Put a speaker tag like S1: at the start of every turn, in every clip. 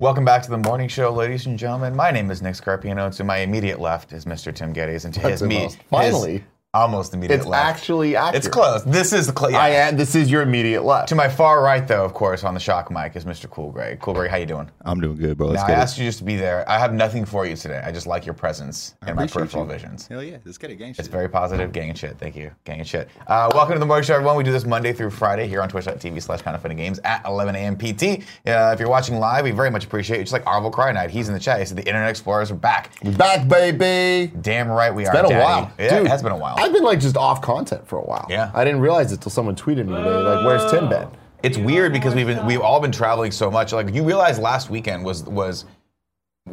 S1: Welcome back to the morning show, ladies and gentlemen. My name is Nick Scarpino, and to my immediate left is Mr. Tim Geddes, and to his
S2: That's
S1: me,
S2: almost- finally.
S1: his almost immediate
S2: It's
S1: left.
S2: actually accurate.
S1: it's close. This is the cl- yeah.
S2: I am, this is your immediate left.
S1: to my far right, though, of course, on the shock mic is Mr. Cool Greg. Cool Greg, how you doing?
S3: I'm doing good, bro. Let's
S1: Now, I
S3: get
S1: asked you just to be there. I have nothing for you today. I just like your presence and my
S3: appreciate
S1: peripheral
S3: you.
S1: visions.
S3: it. Hell yeah, let's get it, gang.
S1: It's very positive. Gang and shit. Thank you. Gang and shit. Uh, welcome to the morning show, everyone. We do this Monday through Friday here on twitch.tv slash kind of funny games at 11 a.m. PT. Uh, if you're watching live, we very much appreciate it. Just like Arvel Cry Knight, he's in the chat. He said the Internet Explorers are back.
S2: We're back, baby.
S1: Damn right we are.
S2: Been a
S1: daddy.
S2: while.
S1: Yeah,
S2: Dude,
S1: it has been a while.
S2: I've been like just off content for a while.
S1: Yeah.
S2: I didn't realize it till someone tweeted me today, like, where's Tim been?
S1: it's weird because we've been we've all been traveling so much. Like you realize last weekend was was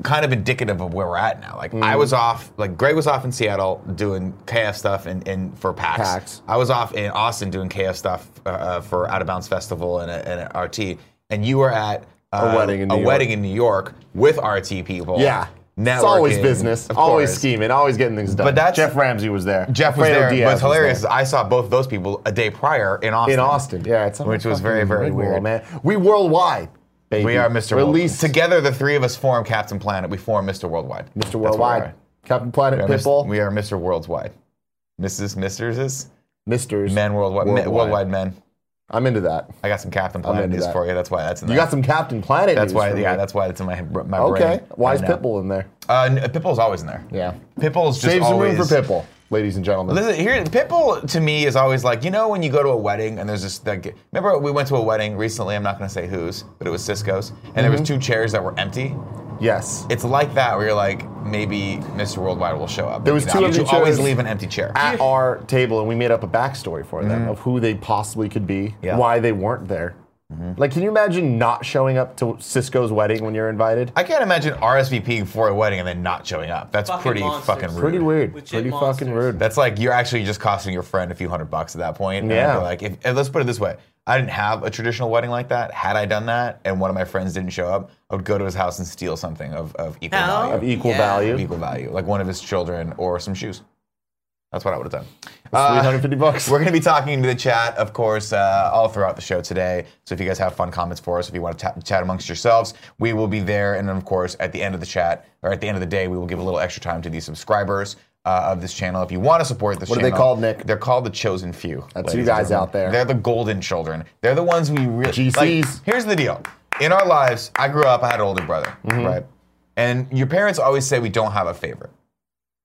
S1: kind of indicative of where we're at now. Like I
S2: Mm.
S1: was off, like Greg was off in Seattle doing KF stuff and, and for PAX.
S2: PAX.
S1: I was off in Austin doing KF stuff uh, uh, for Out of Bounds Festival and, a, and a RT. And you were at uh,
S2: A wedding in New
S1: a
S2: York.
S1: wedding in New York with RT people.
S2: Yeah.
S1: Networking,
S2: it's always business,
S1: of
S2: always
S1: course.
S2: scheming, always getting things done.
S1: But that's-
S2: Jeff Ramsey was there.
S1: Jeff was
S2: Fredo
S1: there.
S2: Diaz
S1: What's hilarious is
S2: there.
S1: I saw both those people a day prior in Austin.
S2: in Austin. Yeah, it's
S1: Which was very,
S2: fucking
S1: very
S2: big world,
S1: weird.
S2: man. We worldwide, baby.
S1: We are Mr.
S2: Release
S1: Worldwide. Together, the three of us form Captain Planet. We form Mr. Worldwide. That's what
S2: Mr.
S1: we
S2: Worldwide.
S1: are.
S2: Captain Planet
S1: We are, Mr.
S2: Pitbull.
S1: we are Mr. Worldwide. Mrs. Misters,
S2: Misters.
S1: men worldwide, men-
S2: Worldwide.
S1: worldwide men.
S2: I'm into that.
S1: I got some Captain Planet
S2: into
S1: news
S2: that.
S1: for you. That's why that's in
S2: You
S1: there.
S2: got some Captain Planet.
S1: that's
S2: news
S1: why,
S2: for
S1: yeah,
S2: me.
S1: that's why it's in my my brain.
S2: Okay. Why is
S1: right now.
S2: Pitbull in there?
S1: Uh, n- Pitbull's always in there.
S2: Yeah.
S1: Pitbull's just
S2: Save some
S1: always
S2: room for Pitbull, ladies and gentlemen.
S1: Listen, here, Pitbull to me is always like, you know, when you go to a wedding and there's this, like, remember we went to a wedding recently, I'm not going to say whose, but it was Cisco's, and there
S2: Mm-hmm.
S1: was two chairs that were empty.
S2: Yes.
S1: It's like that where you're like, maybe Mr. Worldwide will show up.
S2: There was
S1: Maybe
S2: two
S1: not.
S2: empty
S1: You always
S2: chairs. Ah.
S1: leave an empty chair.
S2: At our table, and we made up a backstory for them of who they possibly could be,
S1: Mm-hmm. Yeah. Mm-hmm.
S2: why they weren't there. Like, can you imagine not showing up to Cisco's wedding when you're invited?
S1: I can't imagine RSVPing for a wedding and then not showing up. That's
S4: Fucking
S1: pretty
S4: monsters.
S1: fucking rude.
S2: Pretty weird.
S4: Legit
S2: Pretty
S4: monsters.
S2: fucking rude.
S1: That's like you're actually just costing your friend a few hundred bucks at that point. And
S2: Yeah.
S1: you're Like, if, and let's put it this way: I didn't have a traditional wedding like that. Had I done that, and one of my friends didn't show up, I would go to his house and steal something of, of equal
S4: Hell.
S1: value.
S2: of equal
S1: Of
S4: Yeah.
S2: value.
S1: equal value, like one of his children or some shoes. That's what I would have done.
S2: Three
S1: Uh,
S2: hundred fifty bucks.
S1: We're going to be talking to the chat, of course, uh, all throughout the show today. So if you guys have fun comments for us, if you want to ta- chat amongst yourselves, we will be there. And then, of course, at the end of the chat, or at the end of the day, we will give a little extra time to the subscribers uh, of this channel. If you want to support this
S2: What are
S1: channel,
S2: they called, Nick?
S1: They're called the Chosen Few.
S2: That's
S1: ladies
S2: you guys
S1: and gentlemen.
S2: out there.
S1: They're the golden children. They're the ones we really.
S2: GCs.
S1: here's the deal. In our lives, I grew up, I had an older brother,
S2: Mm-hmm.
S1: right? And your parents always say we don't have a favorite.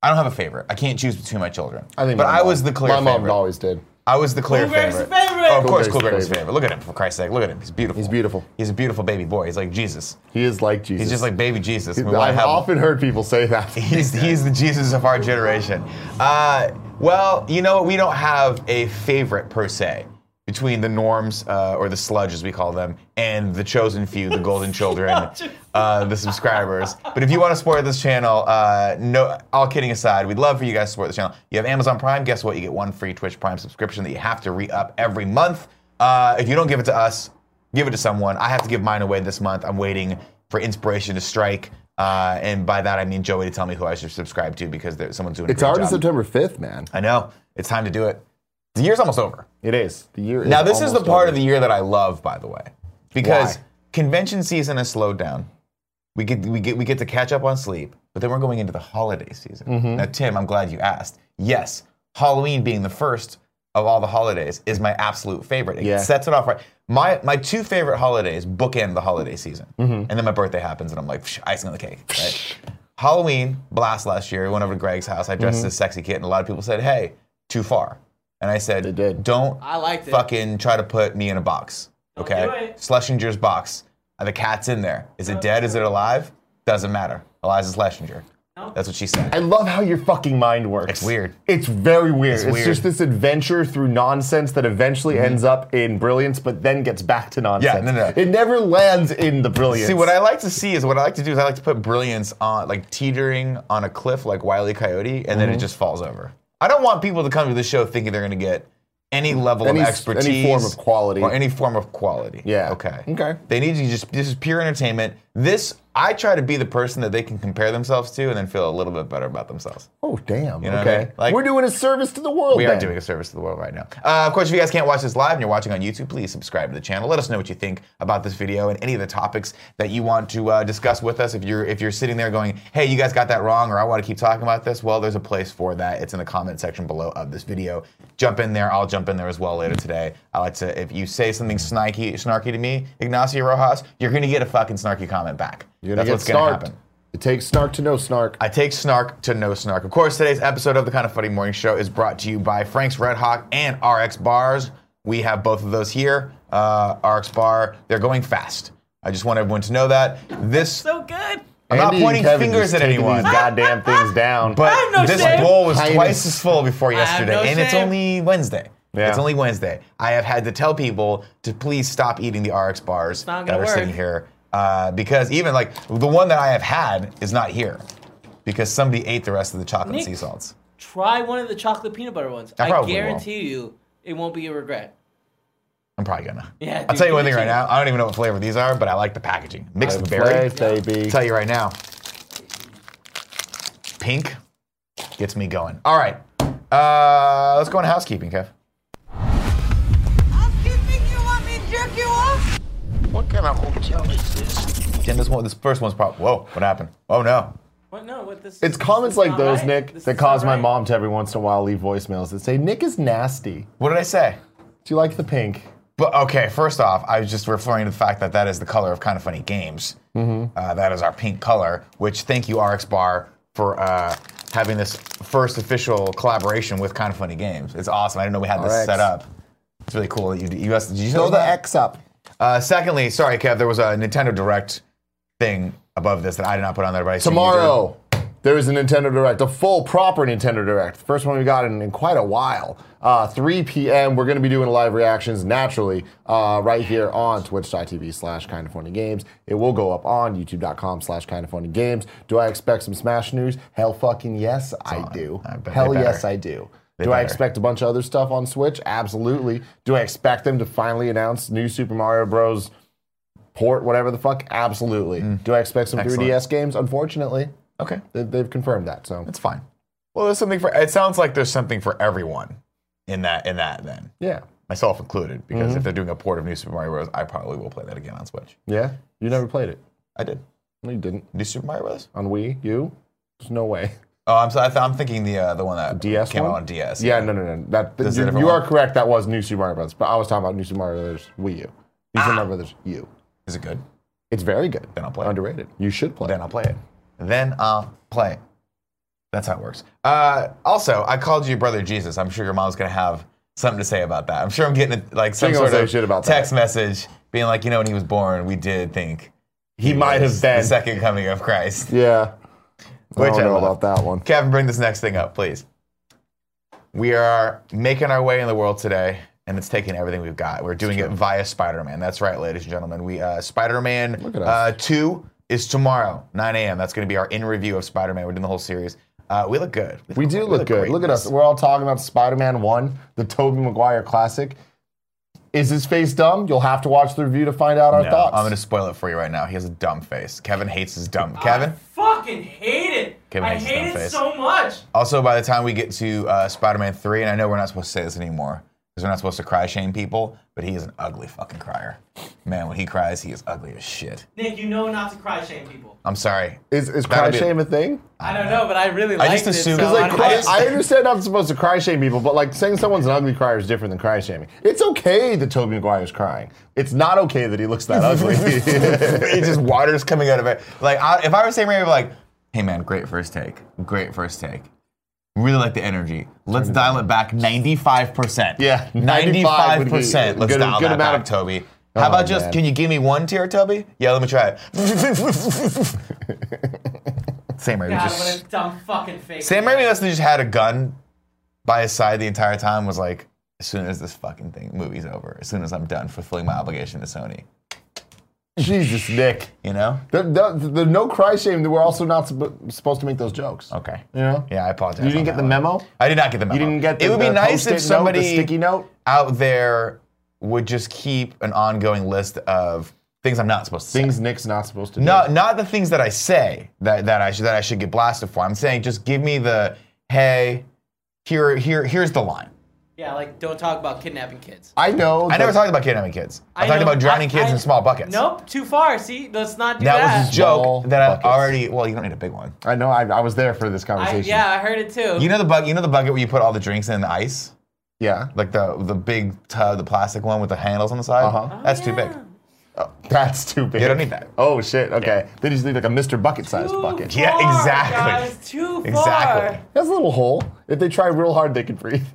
S1: I don't have a favorite. I can't choose between my children. but
S2: my
S1: I
S2: mom-
S1: was the clear
S2: My mom
S1: favorite.
S2: always did.
S1: I was the clear
S4: Cool Greg's
S1: favorite.
S4: the favorite.
S1: Oh, of
S2: Cool
S1: course,
S2: Greg's
S1: Cool
S2: the
S1: Greg was
S2: favorite.
S1: favorite. Look at him, for Christ's sake. Look at him. He's beautiful.
S2: He's beautiful.
S1: He's a beautiful baby boy. He's like Jesus.
S2: He is like Jesus.
S1: He's just like baby Jesus. We wanna
S2: I've
S1: have-
S2: often heard people say that.
S1: he's, he's the Jesus of our generation. Uh, well, you know what? We don't have a favorite per se between the norms uh, or the sludge, as we call them, and the chosen few, the golden children, uh, the subscribers. But if you want to support this channel, uh, no, all kidding aside, we'd love for you guys to support the channel. You have Amazon Prime. Guess what? You get one free Twitch Prime subscription that you have to re-up every month. Uh, if you don't give it to us, give it to someone. I have to give mine away this month. I'm waiting for inspiration to strike. Uh, and by that, I mean Joey to tell me who I should subscribe to because there, someone's doing a
S2: It's
S1: great
S2: already
S1: job.
S2: September fifth, man.
S1: I know. It's time to do it. The year's almost over.
S2: It is. The year.
S1: Now, this is the part of the year that I love, by the way, because
S2: Why?
S1: convention season has slowed down. We get, we, get, we get to catch up on sleep, but then we're going into the holiday season.
S2: Mm-hmm.
S1: Now, Tim, I'm glad you asked. Yes, Halloween being the first of all the holidays is my absolute favorite. It
S2: Yeah.
S1: sets it off right. My, my two favorite holidays bookend the holiday season.
S2: Mm-hmm.
S1: And then my birthday happens, and I'm like, psh, icing on the cake. Right? Halloween, blast last year, we went over to Greg's house. I
S2: Mm-hmm.
S1: dressed as a sexy kid, and a lot of people said, hey, too far. And I said,
S2: They did.
S1: don't
S4: I liked it.
S1: fucking try to put me in a box. Okay?
S4: do it.
S1: Schlesinger's box. Uh, The cat's in there. Is it dead? Is it alive? Doesn't matter. Eliza Schlesinger. That's what she said.
S2: I love how your fucking mind works.
S1: It's weird.
S2: It's very weird. It's,
S1: weird. Mm-hmm.
S2: just this adventure through nonsense that eventually ends up in brilliance, but then gets back to nonsense.
S1: no, no.
S2: It never lands in the brilliance.
S1: See, what I like to see is what I like to do is I like to put brilliance on, like teetering on a cliff like Wiley Coyote, and then it
S2: Mm-hmm.
S1: just falls over. I don't want people to come to the show thinking they're going to get any level
S2: Any-
S1: of
S2: any
S1: expertise,
S2: form of quality.
S1: or any form of quality.
S2: Yeah.
S1: Okay.
S2: Okay.
S1: They need to just. This is pure entertainment. This I try to be the person that they can compare themselves to and then feel a little bit better about themselves.
S2: Oh, damn.
S1: know what I
S2: okay.
S1: mean? Like-
S2: We're doing a service to the world.
S1: We
S2: then.
S1: are doing a service to the world right now. Uh, of course, if you guys can't watch this live and you're watching on YouTube, please subscribe to the channel. Let us know what you think about this video and any of the topics that you want to uh, discuss with us. If you're if you're sitting there going, "Hey, you guys got that wrong," or "I want to keep talking about this," well, there's a place for that. It's in the comment section below of this video. Jump in there. I'll jump in there as well later today. I like to if you say something snarky snarky to me, Ignacio Rojas, you're gonna get a fucking snarky comment back.
S2: You're
S1: That's
S2: gonna
S1: what's
S2: get
S1: gonna
S2: snarked.
S1: happen.
S2: It takes snark to no snark.
S1: I take snark to no snark. Of course, today's episode of the Kind of Funny Morning Show is brought to you by Frank's Red Hawk and RX Bars. We have both of those here. Uh, RX Bar, they're going fast. I just want everyone to know that. This,
S3: So good.
S1: I'm not
S2: Andy and
S1: pointing
S2: Kevin
S1: fingers
S2: just
S1: at
S2: taking
S1: anyone,
S2: These goddamn things down.
S1: but
S3: have no
S1: this
S3: shame.
S1: bowl was
S2: Highness.
S1: twice as full before
S3: have
S1: yesterday,
S3: no
S1: and it's
S3: shame.
S1: only Wednesday.
S2: Yeah.
S1: It's only Wednesday. I have had to tell people to please stop eating the RX bars
S3: not
S1: that are
S3: gonna
S1: sitting
S3: work.
S1: here uh, because even like the one that I have had is not here because somebody ate the rest of the chocolate
S3: Nick.
S1: sea salts.
S3: Try one of the chocolate peanut butter ones.
S1: I
S3: I,
S1: probably will.
S3: guarantee you, it won't be a regret.
S1: I'm probably gonna.
S3: Yeah,
S1: I'll
S3: dude,
S1: tell you
S3: give
S1: one
S3: it
S1: thing
S3: to
S1: right
S3: you.
S1: now. I don't even know what flavor these are, but I like the packaging. Mixed
S2: Play,
S1: berry.
S2: baby.
S1: tell you right now, pink gets me going. All right, uh, let's go on housekeeping, Kev.
S4: Housekeeping, you want me to jerk you off?
S5: What kind of hotel is this?
S1: Jim, this one, this first one's probably. Whoa, what happened? Oh no.
S3: What? No. What this?
S2: It's
S3: this
S2: comments
S3: is
S2: like
S3: not
S2: those,
S3: right.
S2: Nick,
S3: This
S2: that
S3: is
S2: cause
S3: not
S2: my
S3: right.
S2: mom to every once in a while leave voicemails that say, Nick is nasty.
S1: What did I say?
S2: Do you like the pink?
S1: But okay, first off, I was just referring to the fact that that is the color of kind of funny games.
S2: Mm-hmm.
S1: Uh, that is our pink color. Which thank you RX Bar for uh, having this first official collaboration with kind of funny games. It's awesome. I didn't know we had this
S2: RX.
S1: set up. It's really cool that you you guys, did you know
S2: Throw the
S1: that?
S2: X up.
S1: Uh, secondly, sorry, Kev, there was a Nintendo Direct thing above this that I did not put on there, but I assume you did.
S2: Tomorrow, there is a Nintendo Direct, a full, proper Nintendo Direct. The first one we got in, in quite a while. Uh, 3 p.m., we're going to be doing live reactions naturally uh, right here on twitch.tv slash kind of funny games. It will go up on youtube.com slash kind of funny games. Do I expect some Smash news? Hell fucking yes, I do.
S1: I bet they
S2: Hell
S1: better.
S2: yes, I do.
S1: They
S2: do I
S1: better.
S2: expect a bunch of other stuff on Switch? Absolutely. Do I expect them to finally announce new Super Mario Bros. port, whatever the fuck? Absolutely. Do I expect some
S1: Mm. Excellent.
S2: 3DS games? Unfortunately,
S1: Okay,
S2: they, they've confirmed that. So
S1: that's fine. Well, there's something for. It sounds like there's something for everyone in that in that then.
S2: yeah,
S1: myself included, because if they're doing a port of New Super Mario Bros., I probably will play that again on Switch.
S2: yeah. You never played it.
S1: I did
S2: No, you didn't.
S1: New Super Mario Bros.
S2: On Wii, you? There's no way.
S1: Oh, I'm sorry. I th- I'm thinking the uh, the one that
S2: DS
S1: came
S2: one?
S1: out on DS.
S2: Yeah, no, no, no. That
S1: This is a
S2: you,
S1: different
S2: you
S1: one.
S2: are correct. That was New Super Mario Bros. But I was talking about New Super Mario Brothers Wii U. New Super Mario Brothers U.
S1: Is it good?
S2: It's very good.
S1: Then I'll play it.
S2: Underrated. You should play.
S1: Then I'll play it. Then I'll play. it. That's how it works. Uh, also, I called you brother Jesus. I'm sure your mom's gonna have something to say about that. I'm sure I'm getting like some
S2: She gonna
S1: sort of
S2: say shit about that.
S1: text message being like, you know, when he was born, we did think
S2: He might
S1: was
S2: have been.
S1: the second coming of Christ.
S2: yeah.
S1: Which
S2: I
S1: I
S2: don't know
S1: love.
S2: about that one.
S1: Kevin, bring this next thing up, please. We are making our way in the world today, and it's taking everything we've got. We're doing it via Spider-Man. That's right, ladies and gentlemen. We uh, Spider-Man
S2: at us.
S1: uh, Two is tomorrow, 9 a.m. That's going to be our in review of Spider-Man. We're doing the whole series. Uh, we look good.
S2: We do look good.
S1: great
S2: Look
S1: in
S2: at us.
S1: this.
S2: We're all talking about Spider-Man One, the Tobey Maguire classic. Is his face dumb? You'll have to watch the review to find out our
S1: No,
S2: thoughts.
S1: I'm going to spoil it for you right now. He has a dumb face. Kevin hates his dumb. Kevin.
S3: Fucking hate it.
S1: Kevin
S3: I
S1: hates
S3: hate
S1: that
S3: it
S1: face.
S3: so much.
S1: Also, by the time we get to uh, Spider-Man 3, and I know we're not supposed to say this anymore because we're not supposed to cry shame people, but he is an ugly fucking crier. Man, when he cries, he is ugly as shit.
S3: Nick, you know not to cry shame people.
S1: I'm sorry.
S2: is is
S1: That'll
S2: cry
S1: be-
S2: shame a thing?
S3: I don't know, but I really like
S1: just
S3: this.
S1: assumed-
S3: so
S1: It's
S2: Like,
S3: I'm
S2: cry-
S3: just-
S2: I understand I'm supposed to cry shame people, but like saying someone's an ugly crier is different than cry shaming. It's okay that Tobey Maguire's crying. It's not okay that he looks that ugly.
S1: it's just water's coming out of it. Like, I, if I were saying maybe like, hey man, great first take, great first take. Really like the energy. Let's dial it back 95%.
S2: Yeah, 95 would
S1: 95%.
S2: be
S1: Let's
S2: good-
S1: dial
S2: good
S1: that
S2: amount
S1: back,
S2: of- Oh,
S1: Toby. How about just,
S2: man.
S1: can you give me one tear, Toby? Yeah, let me try it. Sam Raimi
S3: God,
S1: just.
S3: what a dumb fucking fake.
S1: Sam Raimi must have just had a gun by his side the entire time, was like, as soon as this fucking thing movie's over, as soon as I'm done fulfilling my obligation to Sony,
S2: Jesus, Nick.
S1: you know?
S2: The, the, the no cry shame that we're also not supp- supposed to make those jokes.
S1: Okay.
S2: You know?
S1: Yeah, I apologize.
S2: You
S1: on
S2: didn't get
S1: that
S2: the
S1: one.
S2: memo?
S1: I did not get the memo.
S2: You didn't get the,
S1: It would be
S2: the
S1: nice
S2: Post-it
S1: if somebody
S2: note, the sticky note.
S1: out there would just keep an ongoing list of Things I'm not supposed to say.
S2: Things Nick's not supposed to
S1: No,
S2: do.
S1: not the things that I say that, that I should that I should get blasted for. I'm saying just give me the hey, here here here's the line.
S3: Yeah, like don't talk about kidnapping kids.
S2: I know.
S1: I
S2: that-
S1: never talked about kidnapping kids. I, talked
S3: know-
S1: about drowning
S3: I-
S1: kids
S3: I-
S1: in small buckets.
S3: Nope, too far. See, let's not do
S1: That
S3: that.
S1: was a
S2: Small
S1: joke that I
S2: buckets.
S1: already. Well, you don't need a big one.
S2: I know. I, I was there for this
S3: I,
S2: conversation.
S3: yeah, I heard it too.
S1: You know the bug. You know the bucket where you put all the drinks in and the ice,
S2: Yeah.
S1: like the the big tub, the plastic one with the handles on the side.
S2: Uh-huh. Oh,
S1: That's too big.
S3: Yeah.
S2: That's too big.
S1: You don't need that.
S2: Oh shit. Okay. They just need like a Mr. Bucket sized
S3: Too
S2: bucket.
S1: Yeah,
S3: far,
S1: exactly.
S3: Guys, too far.
S1: Exactly.
S2: That's a little hole. If they try real hard, they can breathe.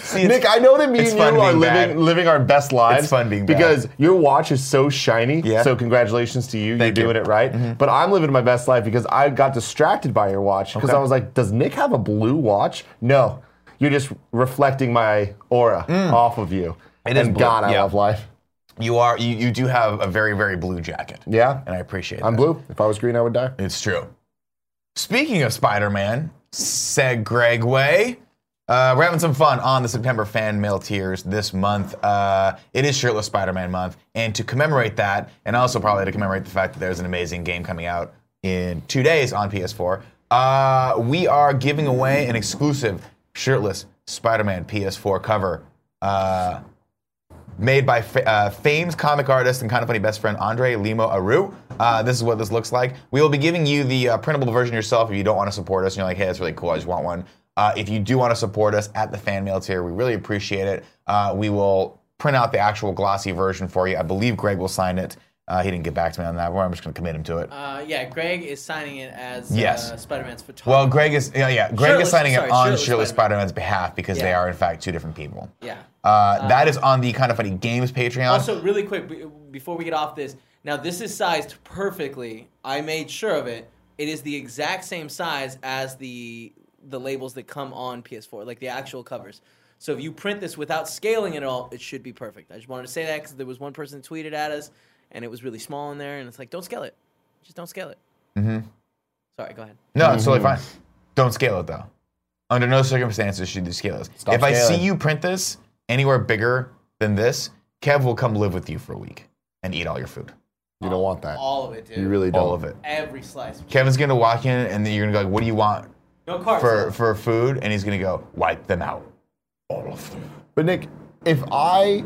S1: See, it's-
S2: Nick, I know that me
S1: it's
S2: and you
S1: fun
S2: are
S1: being
S2: living
S1: bad.
S2: living our best lives.
S1: fun being bad.
S2: because your watch is so shiny.
S1: Yeah.
S2: So congratulations to you.
S1: Thank you. Mm-hmm.
S2: You're doing it right. But I'm living my best life because I got distracted by your watch because
S1: Okay.
S2: I was like, does Nick have a blue watch? No. You're just reflecting my aura off of you.
S1: Mm. It is
S2: and
S1: blue,
S2: God, I
S1: yeah.
S2: love life.
S1: you are you, you do have a very very blue jacket.
S2: Yeah.
S1: and I appreciate.
S2: I'm
S1: that.
S2: blue. If I was green, I would die.
S1: It's true. Speaking of Spider Man, said Gregway. Uh, we're having some fun on the September fan mail tiers this month. Uh, it is Shirtless Spider Man month, and to commemorate that, and also probably to commemorate the fact that there's an amazing game coming out in two days on PS4, uh, we are giving away an exclusive Shirtless Spider Man PS4 cover. Uh, made by fa- uh, famed comic artist and kind of funny best friend Andre Limo Aru. Uh, this is what this looks like. We will be giving you the uh, printable version yourself if you don't want to support us and you're like, hey, that's really cool, I just want one. Uh, if you do want to support us at the fan mail tier, we really appreciate it. Uh, we will print out the actual glossy version for you. I believe Greg will sign it. Uh, he didn't get back to me on that, but I'm just going to commit him to it.
S3: Uh, yeah, Greg is signing it as
S1: Yes.
S3: uh, Spider-Man's photographer.
S1: well, Greg is yeah, yeah. Greg is
S3: Shirtless-
S1: signing
S3: sorry,
S1: it on
S3: shirtless
S1: Shirtless
S3: Spider-Man.
S1: Spider-Man's behalf because they
S3: Yeah.
S1: are in fact two different people.
S3: yeah.
S1: Uh, that is on the kind of funny games Patreon.
S3: Also, really quick be- before we get off this, now this is sized perfectly. I made sure of it. It is the exact same size as the the labels that come on PS4, like the actual covers. So if you print this without scaling it at all, it should be perfect. I just wanted to say that because there was one person that tweeted at us, and it was really small in there, and it's like, don't scale it, just don't scale it. Mm-hmm. Sorry, go ahead.
S1: No, it's totally fine. Don't scale it though. Under no circumstances should you scale this. if I
S2: scaling.
S1: see you print this anywhere bigger than this, Kev will come live with you for a week and eat all your food,
S2: You don't want that.
S3: All of it, dude.
S2: You really don't.
S1: all of it.
S3: Every slice.
S1: Kevin's gonna walk in and then you're gonna go like, "What do you want
S3: No carbs.
S1: for for food?" And he's gonna go, "Wipe them out, all of them."
S2: But Nick, if I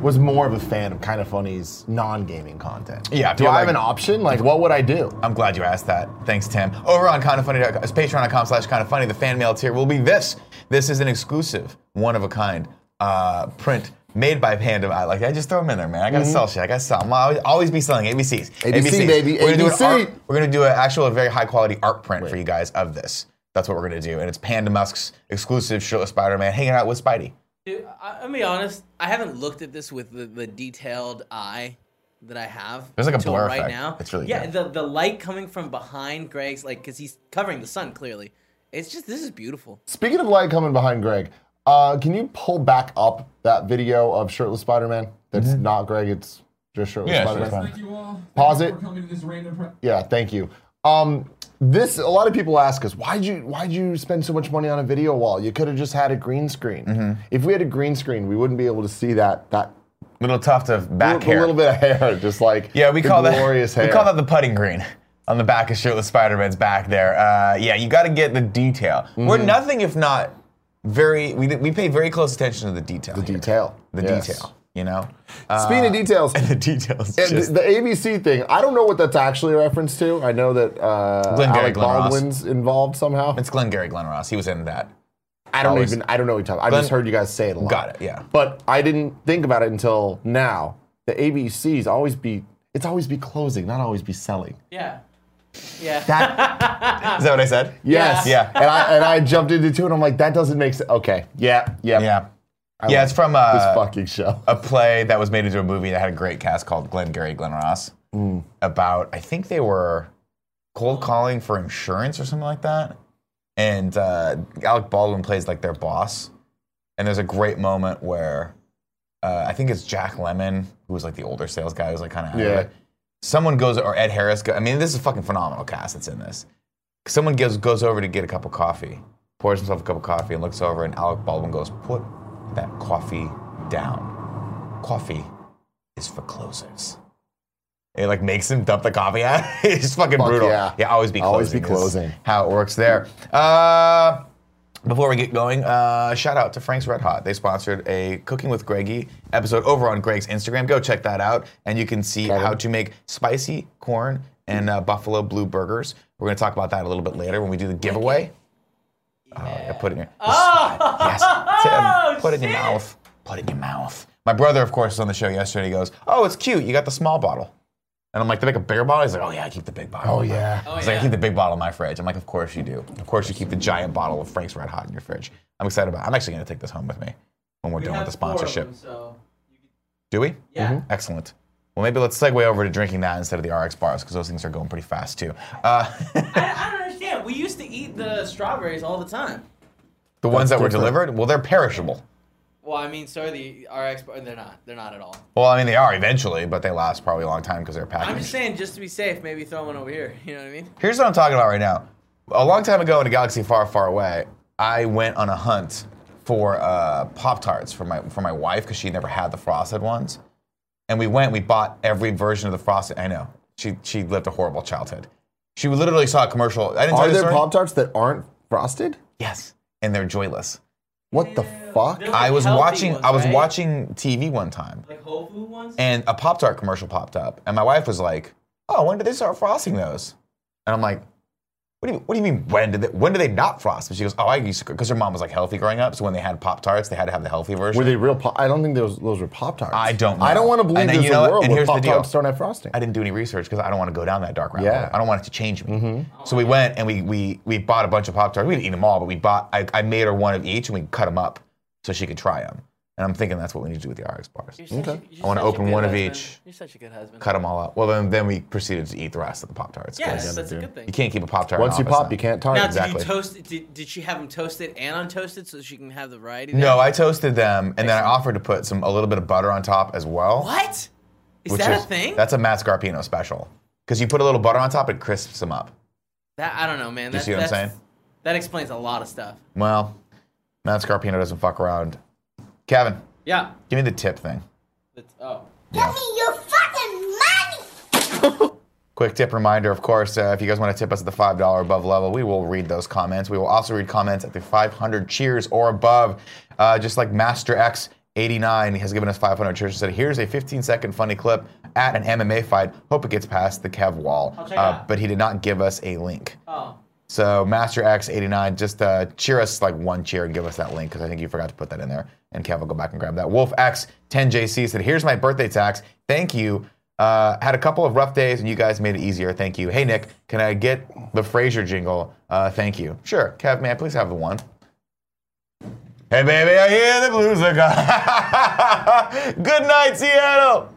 S2: was more of a fan of Kind of Funny's non-gaming content,
S1: Yeah, if
S2: do
S1: you're
S2: I have
S1: like-
S2: an option? Like, what would I do?
S1: I'm glad you asked that. Thanks, Tim. Over on kindoffunny.com, it's patreon.com slash kindoffunny. The fan mail tier will be this. This is an exclusive, one of a kind uh, print made by Panda. I like I just throw them in there, man. I gotta
S2: Mm-hmm.
S1: sell shit. I gotta sell. I'm always, always be selling ABCs.
S2: ABC, baby,
S1: We're gonna, Do an
S2: ABC.
S1: art, we're gonna do an actual, very high quality art print for you guys of this. That's what we're gonna do. And it's Panda Musk's exclusive shirtless Spider Man hanging out with Spidey.
S3: Dude, I, I'll be honest. I haven't looked at this with the, the detailed eye that I have.
S1: There's like a
S3: till
S1: blur
S3: right
S1: effect.
S3: now.
S1: It's really
S3: yeah.
S1: good.
S3: The the light coming from behind Greg's like because he's covering the sun clearly. It's just this is beautiful.
S2: Speaking of light coming behind Greg, uh, can you pull back up that video of shirtless Spider-Man? That's
S1: Mm-hmm.
S2: not Greg. It's just shirtless
S1: Yeah,
S2: Spider-Man.
S1: shirtless
S6: Thank you all.
S2: Pause
S6: Thank you
S2: it.
S6: For coming to this random pre-
S2: Yeah, thank you. Um, this a lot of people ask us why'd you why'd you spend so much money on a video wall? You could have just had a green screen.
S1: Mm-hmm.
S2: If we had a green screen, we wouldn't be able to see that that
S1: Little tuft of back
S2: little,
S1: hair.
S2: little bit of hair, just like
S1: Yeah, we
S2: the
S1: call that
S2: glorious hair.
S1: we call that the putting green on the back of shirtless Spider-Man's back there. Uh, yeah, you got to get the detail. We're
S2: Mm-hmm.
S1: nothing if not very. We, we pay very close attention to the detail. The
S2: detail.
S1: The
S2: Yes.
S1: detail. You know.
S2: Speaking of details,
S1: Uh, the details.
S2: And
S1: just-
S2: the ABC thing, I don't know what that's actually a reference to. I know that uh,
S1: Glenn Gary,
S2: Alec
S1: Glenn Ross.
S2: Baldwin's involved somehow.
S1: it's Glenn Gary Glenn Ross. He was in that.
S2: I don't
S1: always-
S2: even. I don't know what you're talking. I just
S1: Glenn-
S2: heard you guys say it a lot.
S1: Got it, yeah.
S2: But I didn't think about it until now. The ABCs always be. It's always be closing, not always be selling.
S3: Yeah. Yeah.
S1: Is that what I said?
S2: Yes.
S1: Yeah.
S2: and I and I jumped into two, and I'm like, that doesn't make sense. Okay. Yeah. Yeah.
S1: Yeah. yeah, it's from uh,
S2: This fucking show.
S1: a play that was made into a movie that had a great cast called Glenn Gary Glenn Ross about I think they were cold calling for insurance or something like that, and uh, Alec Baldwin plays like their boss, and there's a great moment where uh, I think it's Jack Lemon who was like the older sales guy who's like kind of
S2: Yeah.
S1: someone goes or Ed Harris. Go, I mean, this is a fucking phenomenal cast that's in this. Someone goes goes over to get a cup of coffee, pours himself a cup of coffee, and looks over, and Alec Baldwin goes, "Put that coffee down. Coffee is for closers. It like makes him dump the coffee out. it's fucking
S2: Fuck
S1: brutal.
S2: yeah.
S1: always be closing.
S2: Always be
S1: is
S2: closing.
S1: How it works there. Uh, before we get going, uh, shout out to Frank's Red Hot. They sponsored a Cooking with Greggy episode over on Greg's Instagram. Go check that out, and you can see how to make spicy corn and uh, buffalo blue burgers. We're going to talk about that a little bit later when we do the giveaway. Oh, yeah, put it in your
S2: Oh!
S1: yes, Tim, put it in your mouth. Put it in your mouth. My brother, of course, was on the show yesterday. He goes, "Oh, it's cute. You got the small bottle." And I'm like, "They make a bigger bottle." He's like, "Oh yeah, I keep the big bottle."
S2: Oh, yeah.
S3: Oh,
S1: He's like,
S3: yeah.
S1: "I keep the big bottle in my fridge." I'm like, "Of course you do. Of course you keep the giant bottle of Frank's Red Hot in your fridge." I'm excited about. It. I'm actually gonna take this home with me when we're
S3: We
S1: done with
S3: have
S1: the
S3: four of
S1: sponsorship. Mm-hmm.
S3: them, so
S1: Do we?
S3: Yeah. Mhm.
S1: Excellent. Well, maybe let's segue over to drinking that instead of the RX bars because those things are going pretty fast too. Uh,
S3: I, I don't understand. We used to eat the strawberries all the time.
S1: the ones that
S2: That's
S1: were
S2: different.
S1: delivered, well, they're perishable.
S3: Well, I mean, sorry, the RX, but they're not. They're not at all.
S1: Well, I mean, they are eventually, but they last probably a long time because they're packaged.
S3: I'm just saying, just to be safe, maybe throw one over here. You know what I mean?
S1: Here's what I'm talking about right now. A long time ago in a galaxy far, far away, I went on a hunt for uh, Pop Tarts for my for my wife because she never had the frosted ones, and we went. We bought every version of the frosted. I know she she lived a horrible childhood. She literally saw a commercial. I didn't tell
S2: Are
S1: you this
S2: there
S1: story?
S2: Pop Tarts that aren't frosted?
S1: Yes, and they're joyless.
S2: What the fuck?
S3: They're
S1: I
S3: like
S1: was
S3: healthy
S1: watching.
S3: ones,
S1: I was
S3: right?
S1: watching TV one time,
S3: Like Whole Food ones.
S1: and a Pop Tart commercial popped up, and my wife was like, "Oh, when did they start frosting those?" And I'm like, "What do you, what do you mean when did they, when did they not frost?" And she goes, "Oh, I used to because her mom was like healthy growing up, so when they had Pop Tarts, they had to have the healthy version."
S2: Were they real? Pop- I don't think those those were Pop Tarts.
S1: I don't
S2: I don't
S1: know.
S2: want to believe
S1: And then
S2: there's
S1: you know
S2: a
S1: what?
S2: world
S1: And
S2: where
S1: here's the
S2: Pop
S1: deal.
S2: Tarts don't have frosting.
S1: I didn't do any research because I don't want to go down that dark rabbit
S2: Yeah. Mm-hmm.
S1: hole. I don't want it to change me. So we went and we we we bought a bunch of Pop Tarts. We didn't eat them all, but we bought. I, I made her one of each, and we cut them up so she could try them. And I'm thinking that's what we need to do with the RX bars. I wanna open one of each.
S3: You're such a good husband.
S1: Cut them all up. Well, then then we proceeded to eat the rest of the Pop Tarts.
S3: yes, that's a good thing.
S1: You can't keep a Pop Tart.
S2: Once you pop, you can't target.
S3: Now,
S1: exactly.
S3: did you toast? Did, did she have them toasted and untoasted so she can have the variety? there?
S1: No, I toasted them, and then I offered to put some a little bit of butter on top as well.
S3: What? Is
S1: which
S3: that
S1: is-
S3: a thing?
S1: That's a Matt Scarpino special because you put a little butter on top, it crisps them up.
S3: that I don't know, man.
S1: You
S3: That,
S1: see what I'm
S3: that's,
S1: saying?
S3: That explains a lot of stuff.
S1: Well, Matt Scarpino doesn't fuck around. Kevin,
S3: Yeah.
S1: give me the tip thing.
S3: That's- oh.
S4: Give me your fucking money!
S1: Quick tip reminder, of course, uh, if you guys want to tip us at the $5 above level, we will read those comments. We will also read comments at the 500 cheers or above. Uh, just like Master X89 has given us 500 cheers and said, here's a 15 second funny clip at an MMA fight. Hope it gets past the Kev wall. Uh,
S3: I'll check it out.
S1: but he did not give us a link.
S3: Oh.
S1: So Master X89, just uh, cheer us like one cheer and give us that link because I think you forgot to put that in there. And Kev will go back and grab that. Wolf X10JC said, "Here's my birthday tax. Thank you. Uh, had a couple of rough days and you guys made it easier. Thank you. Hey Nick, can I get the Frasier jingle? Uh, thank you. Sure, Kev man, please have the one. Hey baby, I hear the blues are gone. Good night, Seattle.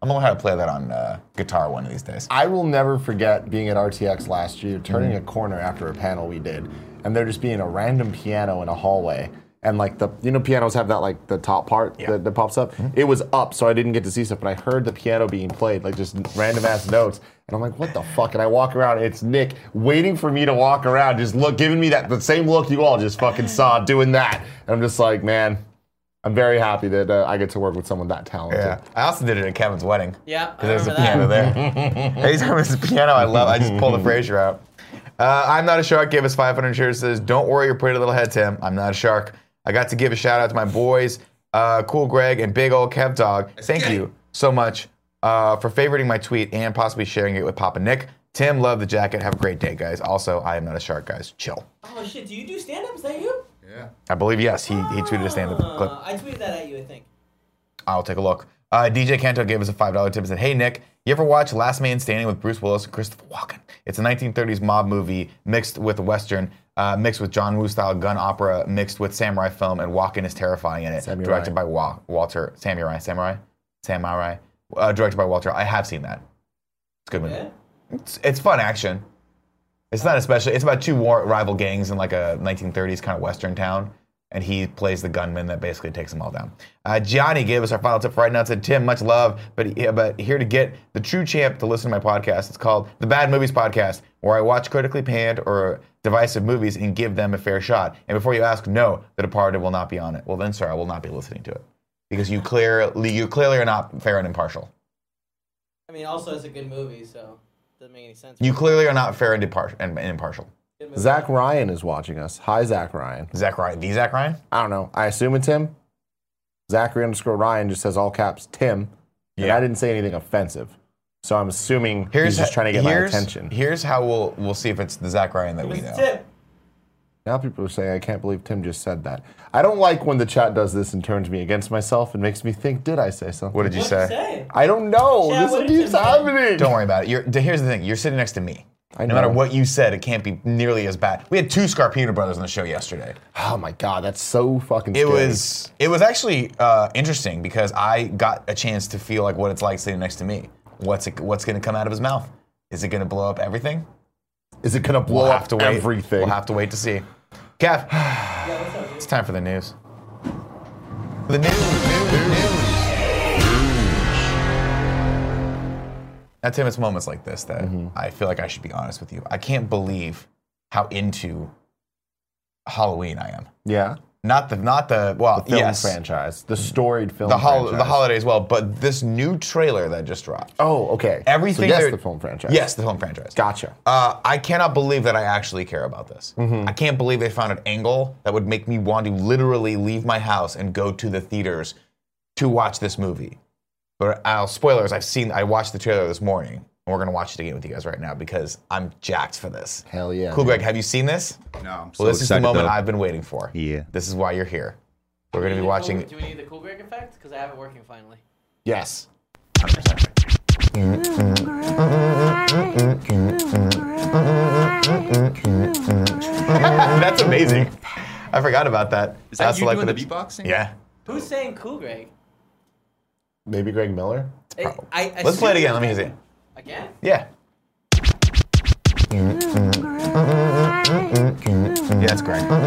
S1: I'm gonna learn how to play that on uh, guitar one of these days.
S2: I will never forget being at RTX last year, turning a corner after a panel we did, and there just being a random piano in a hallway. And like the, you know, pianos have that like the top part that, that pops up. It was up, so I didn't get to see stuff, but I heard the piano being played, like just random ass notes. And I'm like, what the fuck? And I walk around, and it's Nick waiting for me to walk around, just look, giving me that the same look you all just fucking saw doing that. And I'm just like, man, I'm very happy that uh, I get to work with someone that talented.
S1: Yeah. I also did it at Kevin's wedding.
S3: Yeah, I
S1: Because there's a piano
S3: remember
S1: there. Anytime there's a piano, I love. I just pull the Frasier out. Uh, I'm not a shark. Gave us 500 shares. Says, "Don't worry your pretty little head, Tim. I'm not a shark. I got to give a shout out to my boys, uh, Cool Greg and Big Old Kev Dog. Thank
S5: get
S1: you so much uh, for favoriting my tweet and possibly sharing it with Papa Nick. Tim, love the jacket. Have a great day, guys. Also, I am not a shark, guys. Chill.
S3: Oh shit! Do you do stand-up? Is that you?
S5: Yeah.
S1: I believe yes. He he tweeted a stand-up clip.
S3: Uh, I tweeted that at you, I think.
S1: I'll take a look. Uh, DJ Canto gave us a five dollar tip and said, "Hey Nick, you ever watch Last Man Standing with Bruce Willis and Christopher Walken? It's a 1930s mob movie mixed with a western, uh, mixed with John Woo style gun opera, mixed with samurai film, and Walken is terrifying in it.
S2: Samurai.
S1: Directed by Wa- Walter Samurai, Samurai, Samurai. Uh, directed by Walter. I have seen that. It's a good movie.
S3: Yeah.
S1: It's, it's fun action. It's not especially. It's about two war rival gangs in like a 1930s kind of western town, and he plays the gunman that basically takes them all down. Uh, Gianni gave us our final tip for right now. It Said Tim, much love, but yeah, but here to get the true champ to listen to my podcast. It's called the Bad Movies Podcast, where I watch critically panned or divisive movies and give them a fair shot. And before you ask, no, The Departed will not be on it. Well, then, sir, I will not be listening to it. because you clear you clearly are not fair and impartial.
S3: I mean, also it's a good movie, so doesn't make any sense.
S1: You clearly are not fair and, depart- and, and impartial.
S3: Good movie.
S2: Zach Ryan is watching us. Hi, Zach Ryan.
S1: Zach Ryan, the Zach Ryan.
S2: I don't know. I assume it's him. Zachary underscore Ryan just says all caps Tim. And
S1: Yeah.
S2: I didn't say anything offensive. So I'm assuming he's just
S1: ho-
S2: trying to get my
S1: here's-
S2: attention.
S1: Here's how we'll we'll see if it's the Zach Ryan that we
S3: Mr.
S1: know.
S3: Tip.
S2: Now people are saying, I can't believe Tim just said that. I don't like when the chat does this and turns me against myself and makes me think, did I say something?
S1: What did you
S3: What'd
S1: say?
S3: you say?
S2: I don't know.
S3: Chat, what
S2: this
S3: did
S2: keeps
S3: Tim say?
S2: happening.
S1: Don't worry about it. You're, d- here's the thing: you're sitting next to me.
S2: I
S1: No matter
S2: know.
S1: what you said, it can't be nearly as bad. We had two Scarpino brothers on the show yesterday.
S2: Oh my God, that's so fucking
S1: It
S2: scary.
S1: was it was actually uh, interesting because I got a chance to feel like what it's like sitting next to me. What's it, what's going to come out of his mouth? Is it going to blow up everything?
S2: Is it going to blow
S1: We'll
S2: up
S1: have to wait.
S2: everything?
S1: We'll have to wait to see. Kev,
S3: Yeah, what's up, dude?
S1: it's time for the news. The news. news, Now, Tim, it's moments like this that I feel like I should be honest with you. I can't believe how into Halloween I am.
S2: yeah.
S1: Not the not the well
S2: Film
S1: yes
S2: franchise. The storied film
S1: the hol-
S2: franchise.
S1: the holiday as well, but this new trailer that just dropped.
S2: Oh, okay.
S1: Everything
S2: So yes,
S1: they're-
S2: the film franchise.
S1: Yes, the film franchise.
S2: Gotcha.
S1: Uh, I cannot believe that I actually care about this.
S6: Mm-hmm.
S1: I can't believe they found an angle that would make me want to literally leave my house and go to the theaters to watch this movie. But I'll spoilers. I've seen. I watched the trailer this morning, and we're gonna watch it again with you guys right now because I'm jacked for this.
S2: Hell yeah.
S1: Cool,
S2: man.
S1: Greg. Have you seen this?
S6: No, I'm so
S1: Well, this is the
S6: excited,
S1: moment
S6: though.
S1: I've been waiting for.
S6: Yeah.
S1: This is why you're here. We're gonna be
S3: Do we need the
S1: watching.
S3: Cool- Do we need the Cool Greg effect? Because I have it working finally.
S2: Yes.
S1: That's amazing. I forgot about that.
S6: Is that
S1: That's
S6: you
S1: like
S6: doing the
S1: what it's-
S6: beatboxing?
S1: Yeah.
S3: Who's saying Cool Greg?
S2: Maybe Greg Miller.
S3: I- I- I
S1: Let's play it
S3: assume-
S1: again. Let me see.
S3: Again?
S1: Yeah. Yeah, that's great.
S3: No,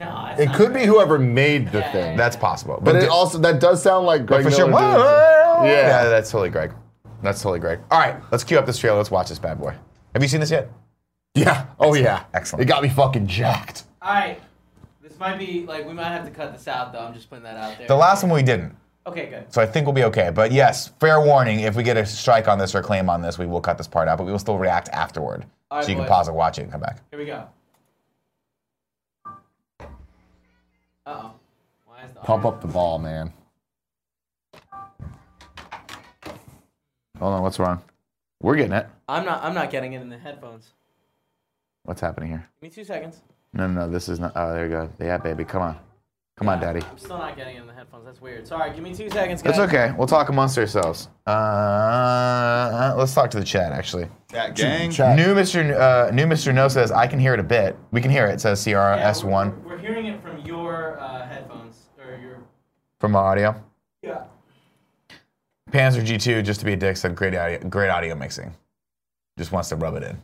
S3: that's
S2: It
S3: not
S2: could be whoever made the
S3: Yeah.
S2: thing.
S1: That's possible. But,
S2: But it
S1: di-
S2: also that does sound like Greg
S1: for
S2: Miller.
S1: sure.
S2: doing-
S1: Yeah,
S2: Yeah.
S1: that's totally Greg. That's totally Greg. All right, let's queue up this trailer. Let's watch this bad boy. Have you seen this yet?
S2: Yeah. Oh yeah.
S1: Excellent.
S2: It got me fucking jacked.
S3: All right. This might be like we might have to cut this out though. I'm just putting that out there.
S1: The last one we didn't.
S3: Okay, good.
S1: So I think we'll be okay. But yes, fair warning, if we get a strike on this or a claim on this, we will cut this part out, but we will still react afterward.
S3: All right,
S1: so you can
S3: boys.
S1: pause it, watch it, and come back.
S3: Here we go. Uh oh. Why is the
S2: Pump up the ball, man.
S1: Hold on, what's wrong? We're getting it.
S3: I'm not. I'm not getting it in the headphones.
S1: What's happening here?
S3: Give me two seconds.
S1: No, no, no, this is not. Oh, there you go. Yeah, baby, come on. Come on, daddy.
S3: I'm still not getting it in the headphones. That's weird. Sorry. Give me two seconds, guys.
S1: That's okay. We'll talk amongst ourselves. Uh, let's talk to the chat, actually.
S6: That gang.
S2: Chat.
S1: New Mr. Uh, new Mr. No says, I can hear it a bit. We can hear it, says
S3: Yeah, we're-
S1: CRS1
S3: We're, we're hearing it from your uh, headphones or your.
S1: from our audio.
S3: Yeah.
S1: Panzer G2, just to be a dick, said great audio, great audio mixing. Just wants to rub it in.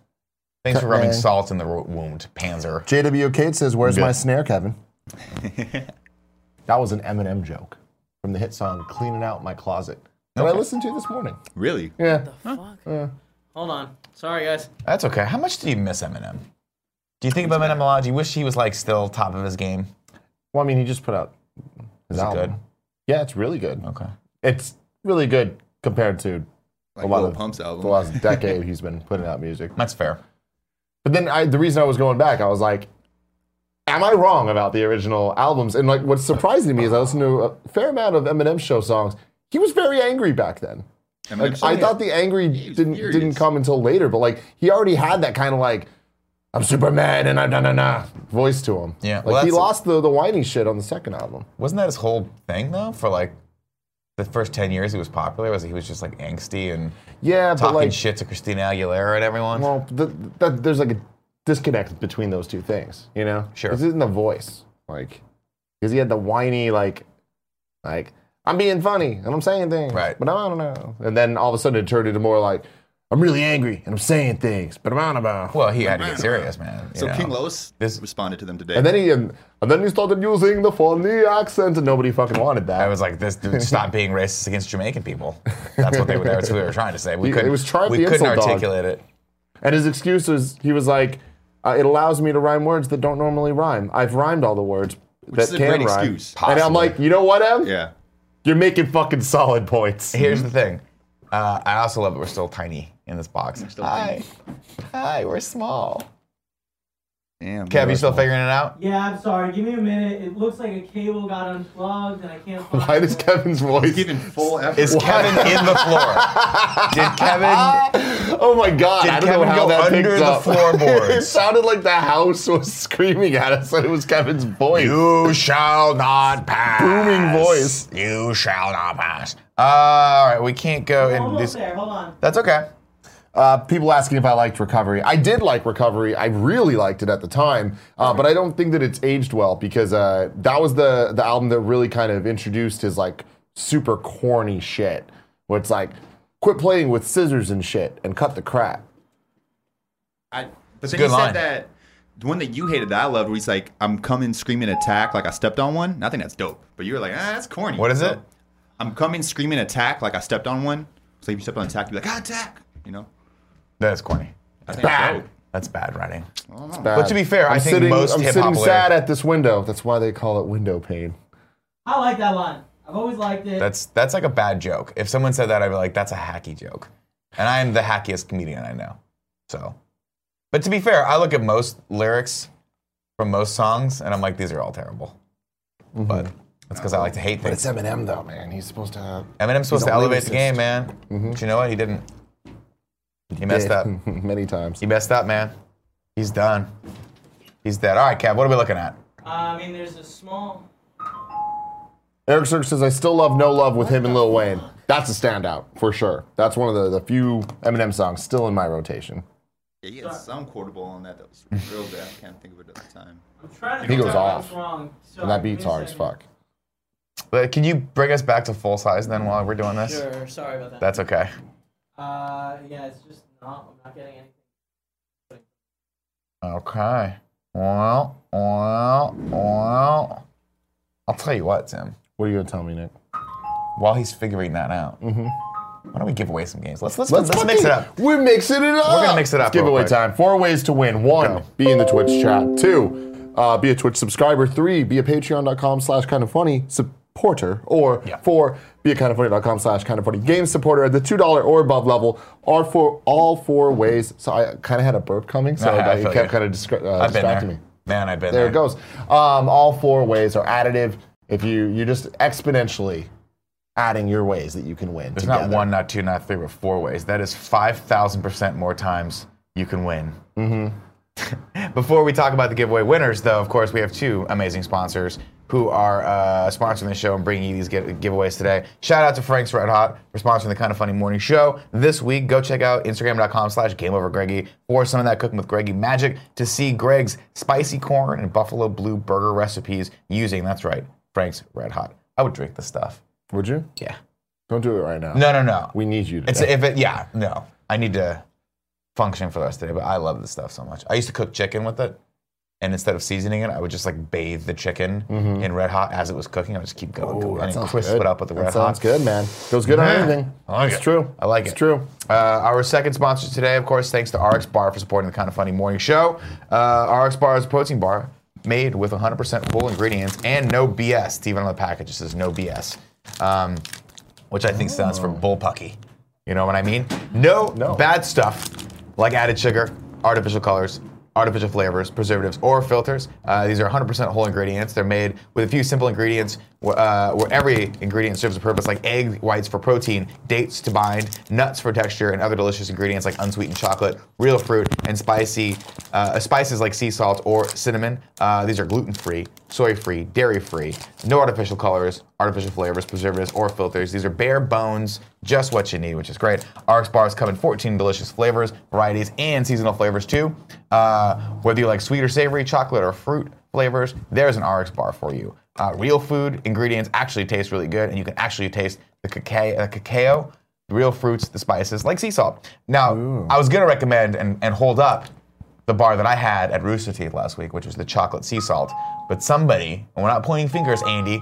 S1: Thanks for rubbing
S2: Okay.
S1: salt in the ro- wound, Panzer.
S2: JW Kate says, "Where's
S1: Good.
S2: my snare, Kevin?" that was an Eminem joke from the hit song "Cleaning Out My Closet" that I listened to this morning.
S6: Really?
S2: Yeah.
S3: Fuck. Hold on. Sorry, guys.
S1: That's okay. How much do you miss Eminem? Do you think about Eminem a lot? Do you wish he was like still top of his game?
S2: Well, I mean, he just put out
S1: Is
S2: his
S1: it
S2: album.
S1: good?
S2: Yeah, it's really good.
S6: Oh.
S1: Okay.
S2: It's really good compared to
S6: Like
S2: lot
S6: Lil
S2: of-
S6: Pump's album.
S2: the last decade he's been putting out music.
S1: That's fair.
S2: But then I, the reason I was going back, I was like, am I wrong about the original albums? And like, what's surprising to me is I listened to a fair amount of Eminem show songs. He was very angry back then.
S6: Eminem
S2: Like, I
S6: Song.
S2: thought the angry
S6: was
S2: didn't
S6: furious.
S2: didn't come until later, but like he already had that kind of like I'm Superman and I na na na voice to him.
S1: Yeah,
S2: like
S1: well,
S2: he
S1: that's-
S2: lost the the whiny shit on the second album.
S1: Wasn't that his whole thing though? For like the first ten years he was popular, was he was just like angsty and
S2: Yeah, but
S1: talking
S2: like
S1: shit to Christina Aguilera and everyone.
S2: Well, th th there's like a disconnect between those two things, you know?
S1: Sure.
S2: This isn't the voice, like, because he had the whiny, like, like I'm being funny and I'm saying things,
S1: Right.
S2: But I don't know. And then all of a sudden it turned into more like I'm really angry and I'm saying things, but I'm out about.
S1: Well, he had to get serious, man. you
S6: So
S1: know.
S6: King Los
S1: This-
S6: responded to them today.
S2: And then he and, and then he started using the funny accent, and nobody fucking wanted that.
S1: I was like, this dude, stop being racist against Jamaican people. That's what they were, that's what they were trying to say. We
S2: He-
S1: couldn't,
S2: it was trying
S1: we
S2: the
S1: couldn't
S2: insult dog.
S1: articulate it.
S2: And his excuse was he was like, Uh, it allows me to rhyme words that don't normally rhyme. I've rhymed all the words that
S6: is a
S2: can
S6: great
S2: rhyme.
S6: excuse.
S2: And I'm
S1: Possibly.
S2: like, you know what, Em?
S6: Yeah.
S2: You're making fucking solid points.
S1: Here's the thing. Uh, I also love it. We're still tiny in this box.
S6: still
S1: hi, hi. We're small.
S6: Damn.
S1: Kev, you
S6: that's
S1: still
S6: all.
S1: figuring it out?
S7: Yeah, I'm sorry. Give me a minute. It looks like a cable got unplugged and I can't find
S2: Why does
S7: it.
S2: Kevin's voice?
S6: Giving full effort.
S1: Is Kevin in the floor? Did Kevin?
S2: oh my god!
S1: Did
S2: I don't
S1: Kevin
S2: know how
S1: go
S2: that
S1: under
S2: picked
S1: the
S2: up.
S1: floorboards?
S2: it sounded like the house was screaming at us, and it was Kevin's voice.
S1: You shall not pass.
S2: Booming voice.
S1: You shall not pass. Uh, all right, we can't go in
S7: Almost
S1: this.
S7: there. Hold on.
S1: That's okay.
S2: Uh, people asking if I liked Recovery. I did like Recovery. I really liked it at the time, uh, but I don't think that it's aged well because uh, that was the the album that really kind of introduced his like super corny shit, where it's like, quit playing with scissors and shit and cut the crap.
S6: I, but
S1: a
S6: then
S1: good
S6: he
S1: line.
S6: said that the one that you hated that I loved, where he's like, "I'm coming screaming attack like I stepped on one." And I think that's dope. But you were like, "Ah, that's corny."
S1: What is
S6: So,
S1: it?
S6: I'm coming screaming attack like I stepped on one. So if you stepped on attack, you'd be like, "Ah, attack!" You know.
S1: That's corny.
S6: I think
S2: bad.
S6: dope.
S1: That's bad writing.
S2: Bad.
S1: to be fair,
S2: I'm
S1: I think
S2: sitting,
S1: most
S2: I'm
S1: hip-hop
S2: sitting
S1: lyrics-
S2: sad at this window. That's why they call it window pane.
S7: I like that line. I've always liked it.
S1: That's that's like a bad joke. If someone said that, I'd be like, that's a hacky joke. And I'm the hackiest comedian I know. So, but to be fair, I look at most lyrics from most songs, and I'm like, these are all terrible. But that's because I like to hate
S2: Mm-hmm. But it's
S1: things.
S2: Eminem though, man. He's supposed to have
S1: Eminem's supposed
S2: he's Mm-hmm.
S1: to
S2: a
S1: elevate the
S2: lyricist.
S1: game, man. But you know what? He didn't. He messed up.
S2: many times.
S1: He messed up, man. He's done. He's dead. All right, Kev, what are we looking at?
S7: Uh, I mean, there's a small.
S2: Eric Cirque says, I still love No Love with him and Lil Wayne. That's a standout, for sure. That's one of the, the few Eminem songs still in my rotation.
S6: Yeah, he had some quotable on that that was real bad. I can't think of it at the time.
S7: I'm trying to
S2: He
S7: figure
S2: goes
S7: out what's
S2: off.
S7: Wrong. So
S2: And that beat's hard as fuck.
S1: But Can you bring us back to full size then while we're doing this?
S7: Sure. Sorry about that.
S1: That's okay.
S7: Uh, yeah, it's just not. I'm not getting anything.
S1: Okay. Well, well, well. I'll tell you what, Tim.
S2: What are you gonna tell me, Nick?
S1: While he's figuring that out, why don't we give away some games? Let's let's let's,
S2: Mm-hmm. fucking-
S1: mix it up.
S2: We're mixing it up.
S1: gonna mix it up real
S2: Giveaway
S1: quick.
S2: time. Four ways to win. One,
S1: Go.
S2: be in the Twitch chat. Two, uh, be a Twitch subscriber. Three, be a patreon.com slash kind of funny supporter. Or
S1: Yeah.
S2: four, be a kind of funny.com slash kind of funny game supporter at the two dollar or above level. Are for all four ways. So I kind of had a burp coming, so
S1: I
S2: that it
S1: feel
S2: kept
S1: you.
S2: kind of discre- uh,
S1: I've been there.
S2: distracting me.
S1: Man, I've been
S2: There
S1: there.
S2: it goes. Um, all four ways are additive. If you you just exponentially adding your ways that you can win.
S1: There's
S2: together.
S1: not one, not two, not three, but four ways. That is 5,000% more times you can win. Mm-hmm. Before we talk about the giveaway winners, though, of course, we have two amazing sponsors who are uh, sponsoring the show and bringing you these gi- giveaways today. Shout out to Frank's Red Hot for sponsoring the Kind of Funny Morning Show this week. Go check out Instagram.com slash GameOverGreggy or some of that Cooking with Greggy magic to see Greg's spicy corn and buffalo blue burger recipes using, that's right, Frank's Red Hot. I would drink this stuff.
S2: Would you?
S1: Yeah.
S2: Don't do it right now.
S1: No, no, no.
S2: We need you to.
S1: It's if it, yeah, no. I need to function for the rest of the day, but I love this stuff so much. I used to cook chicken with it, and instead of seasoning it, I would just like bathe the chicken in red hot as it was cooking. I would just keep going,
S2: Mm-hmm. Ooh,
S1: going,
S2: that
S1: and then
S2: sounds
S1: crisp
S2: good.
S1: it up with the
S2: That
S1: red
S2: sounds
S1: hot.
S2: good, man. Goes good on
S1: Yeah.
S2: anything.
S1: I like
S2: it's
S1: it.
S2: true.
S1: I like
S2: It's
S1: it.
S2: true.
S1: Uh, our second sponsor today, of course, thanks to RX Bar for supporting the Kind of Funny Morning Show. Uh, RX Bar is a protein bar made with 100% full ingredients and no BS. It's even on the package, it says no BS, um, which I think stands for bullpucky. You know what I mean? No,
S2: No.
S1: bad stuff like added sugar, artificial colors, artificial flavors, preservatives, or filters. Uh, these are 100% whole ingredients. They're made with a few simple ingredients wh- uh, where every ingredient serves a purpose, like egg whites for protein, dates to bind, nuts for texture, and other delicious ingredients like unsweetened chocolate, real fruit, and spicy uh, spices like sea salt or cinnamon. Uh, these are gluten free, soy free, dairy free, no artificial colors, artificial flavors, preservatives, or filters. These are bare bones, just what you need, which is great. RX bars come in 14 delicious flavors, varieties, and seasonal flavors too. Uh, whether you like sweet or savory, chocolate or fruit flavors, there's an RX bar for you. Uh, real food ingredients actually taste really good, and you can actually taste the cacao, the cacao, the real fruits, the spices, like sea salt. Now, I was gonna recommend and, and hold up the bar that I had at Rooster Teeth last week, which was the chocolate sea salt. But somebody, and we're not pointing fingers, Andy,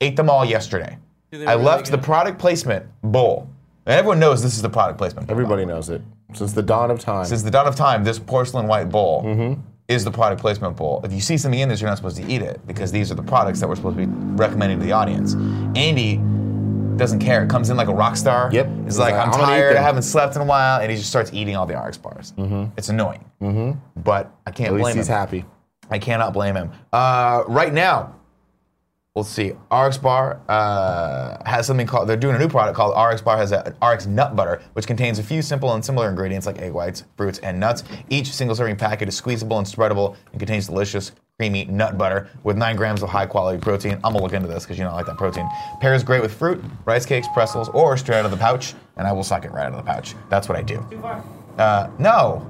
S1: ate them all yesterday.
S3: Dude, they
S1: I
S3: were really
S1: left the
S3: good.
S1: product placement bowl And everyone knows this is the product placement.
S2: Everybody knows it since the dawn of time.
S1: Since the dawn of time, this porcelain white bowl is the product placement bowl. If you see something in this, you're not supposed to eat it because these are the products that we're supposed to be recommending to the audience. Andy doesn't care. Comes in like a rock star.
S2: Yep.
S1: He's
S2: He's
S1: like,
S2: like,
S1: I'm,
S2: "I'm gonna eat
S1: tired. I
S2: them."
S1: haven't slept in a while, and he just starts eating all the RX bars. It's annoying. But I can't
S2: At least
S1: blame
S2: he's
S1: him.
S2: happy.
S1: I cannot blame him. Uh, right now, let's see. RX Bar uh, has something called, they're doing a new product called RX Bar has a, an RX Nut Butter, which contains a few simple and similar ingredients like egg whites, fruits, and nuts. Each single serving packet is squeezable and spreadable and contains delicious, creamy nut butter with 9 grams of high quality protein. I'm going to look into this because you know I like that protein. Pairs great with fruit, rice cakes, pretzels, or straight out of the pouch, and I will suck it right out of the pouch. That's what I do.
S7: Too far.
S1: Uh, no,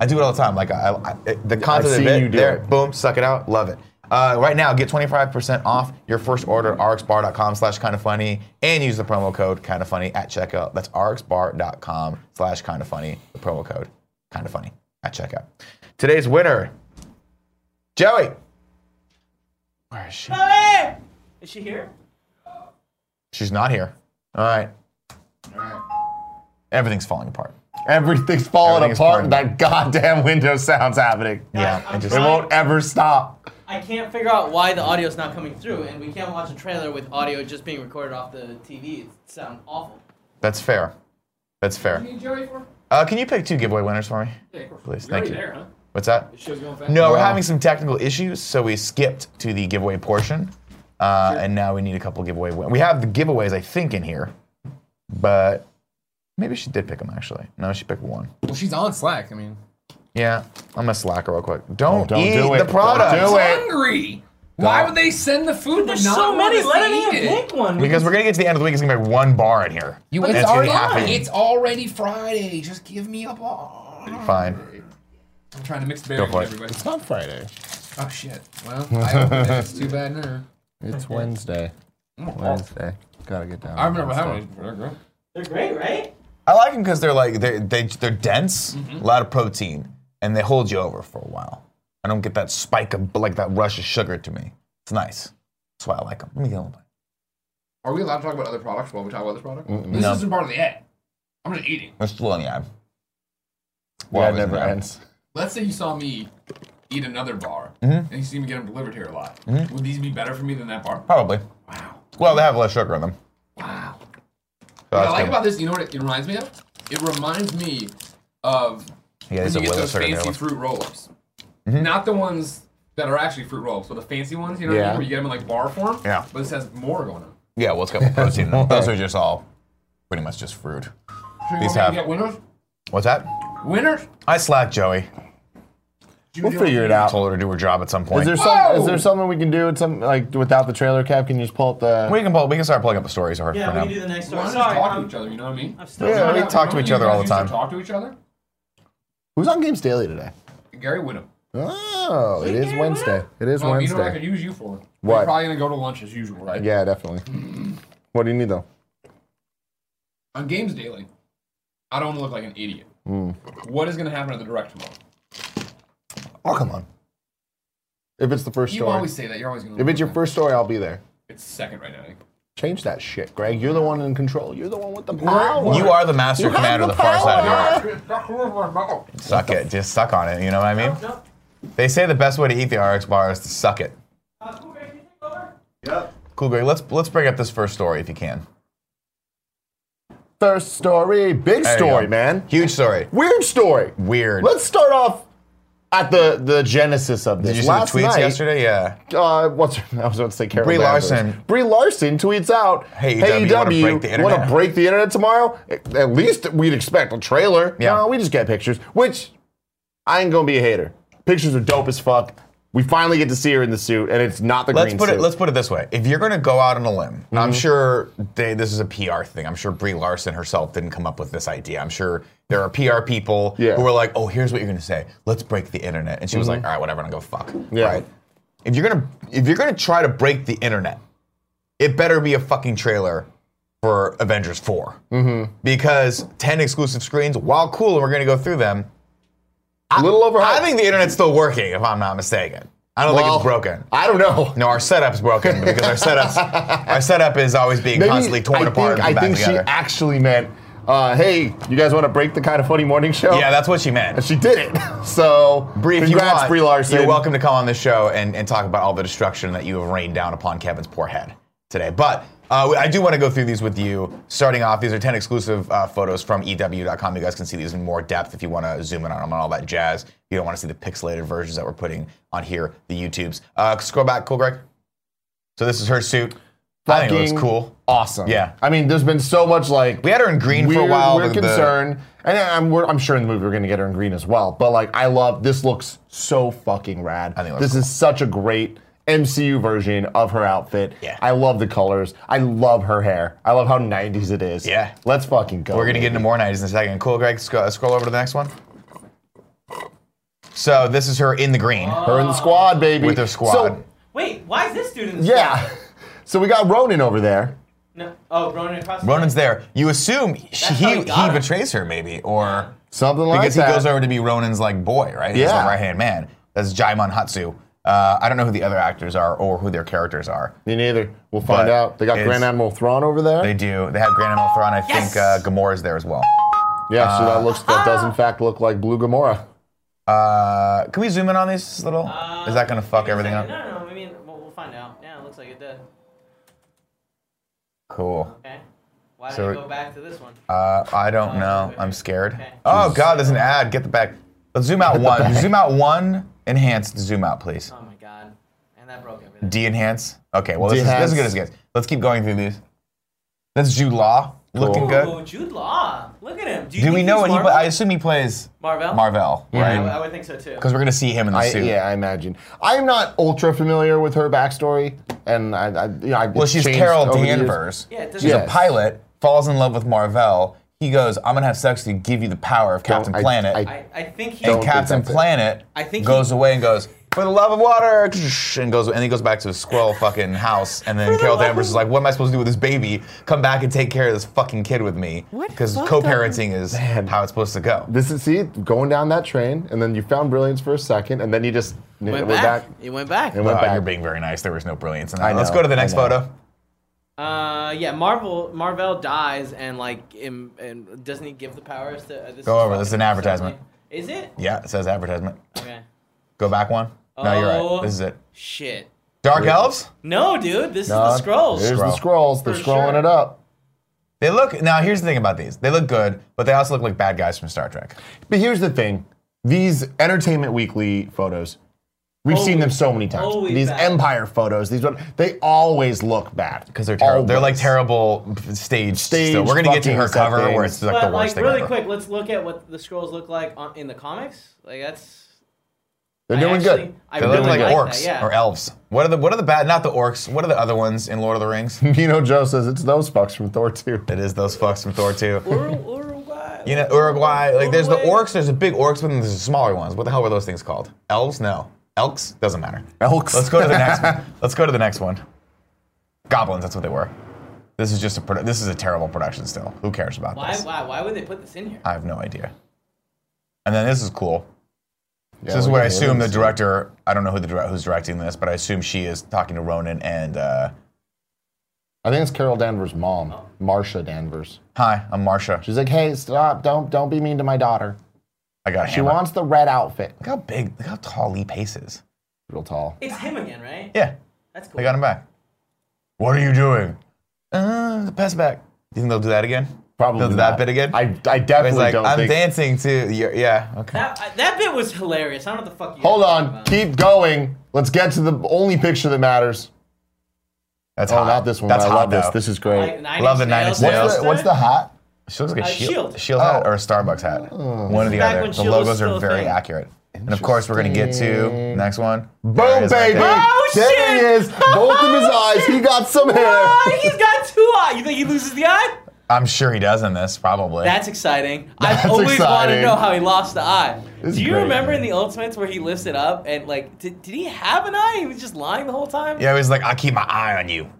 S1: I do it all the time. Like I, I, I- the concept
S2: seen
S1: of it,
S2: you do
S1: there,
S2: it.
S1: boom, suck it out, love it. Uh, right now, get 25% off your first order at rxbar.com slash kind of funny and use the promo code kind of funny at checkout. That's rxbar.com slash kind of funny, the promo code kind of funny at checkout. Today's winner, Joey. Where is she?
S7: Hey! Is she here?
S1: She's not here. All right. Everything's falling apart.
S2: Everything's falling
S1: Everything's
S2: apart.
S1: falling.
S2: and That goddamn window sound's happening.
S1: Yeah,
S7: I'm
S1: it just-
S2: It won't ever stop.
S3: I can't figure out why the audio's not coming through, and we can't watch a trailer with audio just being recorded off the TV. It sounds awful.
S1: That's fair. That's fair.
S7: need Joey for?
S1: Uh, can you pick two giveaway winners for me?
S7: Yeah, of course.
S1: Please, thank you.
S7: huh?
S1: What's that?
S7: Show's going fast.
S1: No, we're
S2: Wow.
S1: having some technical issues, so we skipped to the giveaway portion, uh, and now we need a couple giveaway. Win- we have the giveaways, I think, in here, but maybe she did pick them actually. No, she picked one.
S8: Well, she's on Slack. I mean,
S1: Yeah, I'm gonna slack her real quick. Don't,
S2: Oh, don't
S1: eat
S2: do it.
S1: the product
S2: Don't do it.
S8: hungry. Why would they send the food?
S7: There's so many. Let
S8: it
S7: me
S8: eat it.
S7: pick one.
S1: because we're gonna get to the end of the week. It's gonna be like one bar in here.
S8: You,
S1: And
S8: it's,
S1: gonna be
S8: already,
S1: half eaten.
S8: it's already Friday. Just give me a ball.
S1: fine.
S8: I'm trying to mix berries
S1: for
S8: with
S1: it.
S8: everybody.
S2: It's not Friday.
S8: Oh shit. Well, I opened it. It's too bad now.
S2: It's Wednesday. Wednesday. Gotta get down.
S8: I remember that one. They're good.
S7: They're great, right?
S1: I like them because they're like they're they, they're dense,
S8: Mm-hmm.
S1: a lot of protein, and they hold you over for a while. I don't get that spike of like that rush of sugar to me. It's nice. That's why I like them. Let me get one.
S8: Are we allowed to talk about other products while we talk about this product? This
S1: Mm, No.
S8: isn't part of the ad. I'm just eating.
S1: We're still on the ad.
S2: Well,
S1: Yeah,
S2: it never
S1: yeah.
S2: ends.
S8: Let's say you saw me eat another bar,
S1: Mm-hmm.
S8: and you see me get them delivered here a lot. Would these be better for me than that bar?
S1: Probably.
S8: Wow.
S1: Well, they have less sugar in them.
S8: Wow.
S1: So
S8: What
S1: that's
S8: I like
S1: good.
S8: about this, you know what it, it reminds me of? It reminds me of
S1: yeah,
S8: when
S1: these
S8: you
S1: are way
S8: get
S1: less
S8: those
S1: sugar in
S8: fancy
S1: there.
S8: fruit roll-ups.
S1: Mm-hmm.
S8: Not the ones that are actually fruit roll-ups, but the fancy ones, you know what I
S2: Yeah.
S8: mean? Where you get them in like bar form.
S1: Yeah.
S8: But this has more going on.
S1: Yeah, well, it's got more protein in them. Those are just all pretty much just fruit.
S8: So
S1: These
S8: you want me to
S1: have-
S8: get winners?
S1: What's that?
S8: Winners?
S1: I slacked Joey.
S2: We'll figure it out.
S1: Told her to do her job at some point.
S2: Is there some? Is
S8: Whoa!
S2: there something we can do? With some like without the trailer cap? Can you just pull up the?
S1: we can pull, we can start pulling up the stories of her
S7: Yeah,
S1: for
S7: we
S1: now.
S7: can do the next
S8: Why don't you
S7: story. Sorry, um,
S8: talk to
S7: I'm,
S8: each other, you know what I mean?
S7: I'm still.
S1: Yeah, we
S8: Remember
S1: talk to
S8: when
S1: each
S8: you
S1: other all
S8: guys
S1: the
S8: used
S1: time.
S8: to Talk to each other?
S2: Who's on Games Daily today?
S8: Gary Winham.
S2: Oh, it is Wednesday. It is
S8: Well, you know what I
S2: Wednesday.
S8: could use you for?
S2: What?
S8: We're probably gonna go to lunch as usual, right?
S2: Yeah, definitely. What do you need though?
S8: On Games Daily, I don't want to look like an idiot.
S2: Hmm.
S8: What is gonna happen at the direct tomorrow?
S2: Oh come on. If it's the first
S8: You
S2: story,
S8: always say that. You're always gonna.
S2: if
S8: look
S2: it's your
S8: like-
S2: first story, I'll be there.
S8: it's second right now.
S2: Change that shit, Greg. You're the one in control. You're the one with the
S8: We're-
S2: power.
S1: You are the master
S2: You have
S1: commander of
S2: the
S1: the far side of the earth.
S2: power.
S8: Like.
S1: Suck it. Just suck on it. You know what I mean?
S7: No.
S1: They say the best way to eat the RX bar is to suck it.
S7: Uh, cool, Greg, you take over?
S1: Cool, Greg. Let's let's bring up this first story if you can.
S2: First story, big
S1: There you
S2: story,
S1: go.
S2: man.
S1: Huge story.
S2: Weird story.
S1: um, Weird.
S2: Let's start off at the the genesis of this.
S1: Did you see the
S2: Last
S1: tweets
S2: night,
S1: yesterday? Yeah.
S2: Uh, what's her, I was about to say Carol.
S1: Brie
S2: Danvers.
S1: Larson.
S2: Brie Larson tweets out,
S1: Hey, EW, you wanna break the
S2: want
S1: internet?"
S2: to break the internet tomorrow? At at least we'd expect a trailer.
S1: Yeah.
S2: No, we just get pictures." Which I ain't gonna be a hater. Pictures are dope as fuck. We finally get to see her in the suit, and it's not the
S1: Let's
S2: green
S1: put
S2: suit. Mm-hmm.
S1: it. Let's put it this way. If you're going to go out on a limb, and I'm sure they, this is a PR thing. I'm sure Brie Larson herself didn't come up with this idea. I'm sure there are PR people
S2: Yeah. Mm-hmm.
S1: who were like, "Oh, here's what you're going to say. Let's break the internet." And she was like, "All right, whatever. I'm going to go fuck."
S2: Yeah.
S1: Right. If you're gonna if you're gonna try to break the internet, it better be a fucking trailer for Avengers 4 mm-hmm. because 10 exclusive screens, while cool, and we're gonna go through them.
S2: a little overhyped.
S1: I think the internet's still working, if I'm not mistaken. I don't think
S2: Well,
S1: it's broken.
S2: I don't know.
S1: No, our setup's broken because our setups, our setup is always being
S2: Maybe-
S1: constantly torn
S2: I
S1: apart
S2: Think,
S1: and put
S2: I
S1: back
S2: think she
S1: together.
S2: actually meant uh, hey, you guys want to break the kind of funny morning show?
S1: Yeah, that's what she meant.
S2: And she did it. So,
S1: Bree, if you
S2: congrats,
S1: want,
S2: Brie Larson.
S1: you're welcome to come on this show and, and talk about all the destruction that you have rained down upon Kevin's poor head today. But uh, I do want to go through these with you. Starting off, these are 10 exclusive uh, photos from EW.com. You guys can see these in more depth if you want to zoom in on them and all that jazz. If you don't want to see the pixelated versions that we're putting on here, the YouTubes. Uh, scroll back, cool, Greg. So this is her suit. I think it looks
S2: Fucking
S1: cool.
S2: Awesome.
S1: Yeah.
S2: I mean, there's been so much like
S1: We had her in green for a
S2: weird-
S1: while.
S2: Weird
S1: the- the-
S2: concern, and I'm, we're, I'm sure in the movie we're gonna get her in green as well. But like, I love this. Looks so fucking rad.
S1: I think it looks
S2: this is such a great MCU version of her outfit.
S1: Yeah.
S2: I love the colors. I love her hair. I love how 90s it is.
S1: Yeah.
S2: let's fucking go.
S1: We're gonna get into more 90s in a second. Cool, Greg. Scroll, scroll over to the next one. So this is her in the green.
S2: her in the squad, baby.
S1: With her squad.
S2: So,
S3: Wait, why is this dude in the
S2: yeah. So we got Ronan over there.
S3: No. Oh, Ronan across. the-
S1: Ronan's there. You assume she,
S3: how
S1: he,
S3: he
S1: he,
S3: got her.
S1: betrays her, maybe, or
S2: Something like
S1: because he
S2: that.
S1: goes over to be Ronan's like boy, right? He's
S2: Yeah.
S1: like right hand man. That's Jaimon Hatsu. Uh, I don't know who the other actors are or who their characters are.
S2: Me neither. We'll find
S1: But
S2: out. They got
S1: it's-
S2: Grand Admiral Thrawn over there.
S1: They do. They have Grand Admiral Thrawn. I think uh, Gamora's there as well.
S2: yeah, so that looks that does in fact look like Blue Gamora.
S1: Uh, can we zoom in on these little? Is that gonna fuck everything
S3: Uh, No,
S1: up?
S3: no, no. I mean, we'll, we'll find out. Yeah, it looks like it did.
S1: Cool.
S3: Okay. Why did
S1: So-
S3: I go back to this one?
S1: Uh, I don't know. I'm scared.
S3: Okay.
S1: Oh God, there's an ad. Get the back. Let's zoom out one. Zoom out one. Enhance. Zoom out, please.
S3: Oh my god. And that broke everything.
S1: D enhance. Okay, well this is, this
S2: De-enhance.
S1: is good as it gets. Let's keep going through these. That's Jude Law looking
S2: Cool.
S1: good.
S3: Ooh, Oh, Jude Law. Look at him. Do, you
S1: Do we
S3: think
S1: know
S3: he's
S1: what he?
S3: Marvel?
S1: Play? I assume he plays
S3: Marvel.
S1: Marvel,
S3: Yeah, I would- I
S1: right?
S3: would think so too.
S1: Because we're gonna see him in the
S2: I,
S1: suit.
S2: yeah, I imagine. I'm not ultra familiar with her backstory, and I, I, you know, I
S1: Well, she's Carol Danvers.
S3: Yeah, it doesn't-
S1: she's a
S2: Yes.
S1: pilot. Falls in love with Marvel. He goes, "I'm gonna have sex with you. Give you the power of Captain
S2: I-
S1: Planet."
S2: I-
S3: I, I think he.
S1: and
S2: think
S1: Captain
S2: that's it.
S1: Planet
S3: I think
S1: goes
S3: he-
S1: away and goes for the love of water and goes and he goes back to his squirrel fucking house and then Carol Danvers is like what am I supposed to do with this baby come back and take care of this fucking kid with me
S3: What
S1: because
S3: fucked
S1: co-parenting is how it's supposed to go
S2: This is see going down that train, and then you found brilliance for a second, and then you just
S3: went
S2: we're
S3: back. He went back.
S2: and went
S1: Uh,
S2: back.
S1: you're being very nice there was no brilliance in that
S2: I
S1: let's
S2: know,
S1: go to the
S2: I
S1: next
S2: know.
S1: photo
S3: Uh, yeah, Marvel. Marvel dies, and like, im and doesn't he give the powers to? Uh, this
S1: Go
S3: is
S1: over, this is an
S3: fucking
S1: advertisement.
S3: Is it?
S1: yeah it says advertisement
S3: Okay.
S1: go back one no you're right
S3: Oh.
S1: this is it
S3: Shit.
S1: Dark Elves
S3: No, dude. This
S2: Uh,
S3: is the scrolls.
S2: There's
S1: Scroll.
S2: the scrolls. They're
S3: For
S2: scrolling
S3: sure.
S2: it up.
S1: they look now here's the thing about these they look good but they also look like bad guys from Star Trek
S2: But here's the thing: these Entertainment Weekly photos, we've seen
S3: Always-
S2: them so many times.
S3: always
S2: These
S3: bad.
S2: Empire photos, these one, they always look bad
S1: because they're terrible they're like
S2: Always.
S1: terrible stage still
S2: Staged
S1: we're gonna get to
S2: fucking
S1: her cover where it's
S2: settings.
S1: like
S3: but
S1: the worst
S3: like,
S1: thing
S3: really
S1: ever.
S3: quick, let's look at what the scrolls look like on, in the comics. Like that's.
S2: They're
S3: I
S2: doing
S3: actually-
S2: good.
S3: I
S1: They
S3: really
S1: look like
S3: like
S1: orcs
S3: that, yeah.
S1: or elves. What are the what are the bad? Not the orcs. What are the other ones in Lord of the Rings? it
S2: Nino Joe says it's those fucks from Thor 2.
S1: is those fucks from Thor two.
S3: Ur- Uruguay.
S1: You know Uruguay. Like there's the
S3: Uruguay.
S1: orcs. There's the big orcs, but then there's the smaller ones. What the hell were those things called? Elves? No. Elks? Doesn't matter.
S2: Elks.
S1: Let's go to the next one. Let's go to the next one. Goblins. That's what they were. This is just a produ- this is a terrible production. Still, who cares about
S3: Why?
S1: this?
S3: Why? Why would they put this in here?
S1: I have no idea. And then this is cool.
S2: Yeah,
S1: this is
S2: look
S1: where
S2: at
S1: I assume the
S2: aliens.
S1: director. I don't know who the dir- who's directing this, but I assume she is talking to Ronan and. Uh,
S2: I think it's Carol Danvers' mom, Marsha Danvers.
S1: Hi, I'm Marsha.
S2: She's like, "Hey, stop! Don't don't be mean to my daughter.
S1: I got a
S2: She
S1: hammer.
S2: wants the red outfit."
S1: Look how big, look how tall Lee Pace is.
S2: Real tall.
S3: It's him again, right?
S1: Yeah,
S3: That's cool.
S1: they got him back. What are you doing? Uh, the pass back. Do you think they'll do that again?
S2: Probably
S1: They'll do
S2: not.
S1: that bit again?
S2: I, I
S1: He's
S2: definitely
S1: like,
S2: don't
S1: I'm
S2: think.
S1: dancing to, yeah, yeah, okay.
S3: That, I- that bit was hilarious. I don't know what the fuck you.
S2: Hold
S3: guys are talking
S2: on,
S3: about.
S2: keep going. Let's get to the only picture that matters.
S1: That's
S2: Oh,
S1: hot.
S2: not this one.
S1: That's
S2: but I
S1: hot,
S2: love this.
S1: though.
S2: This is great.
S3: Like, Nine
S1: Love the
S3: Inch
S1: Nine
S3: Nails
S1: Inch Nails.
S2: what's,
S1: Nails.
S2: the, what's the hat?
S1: She looks like a
S3: Uh,
S1: shield,
S3: Shield.
S1: shield hat
S2: Oh.
S1: or a Starbucks
S2: Hmm.
S1: hat. One or the
S3: Back
S1: other.
S3: when
S1: The
S3: Shield was
S1: logos
S3: still
S1: are
S3: a
S1: very
S3: thing.
S1: accurate. And of course, we're gonna get to next one. There it
S2: Boom,
S1: is right
S2: baby!
S1: there.
S3: Oh,
S2: there
S3: shit!
S2: he is. Both in his
S3: Oh,
S2: eyes.
S3: shit!
S2: He got some
S3: Oh, he's
S2: hair.
S3: got two eyes. You think he loses the eye?
S1: I'm sure he does in this, probably.
S3: That's exciting.
S2: That's
S3: I've always wanted to
S2: exciting.
S3: know how he lost the eye.
S2: This is
S3: Do you
S2: great,
S3: remember
S2: man.
S3: in the Ultimates where he lifts it up and like, did, did he have an eye? He was just lying the whole time.
S1: yeah, he was like, I keep my eye on you.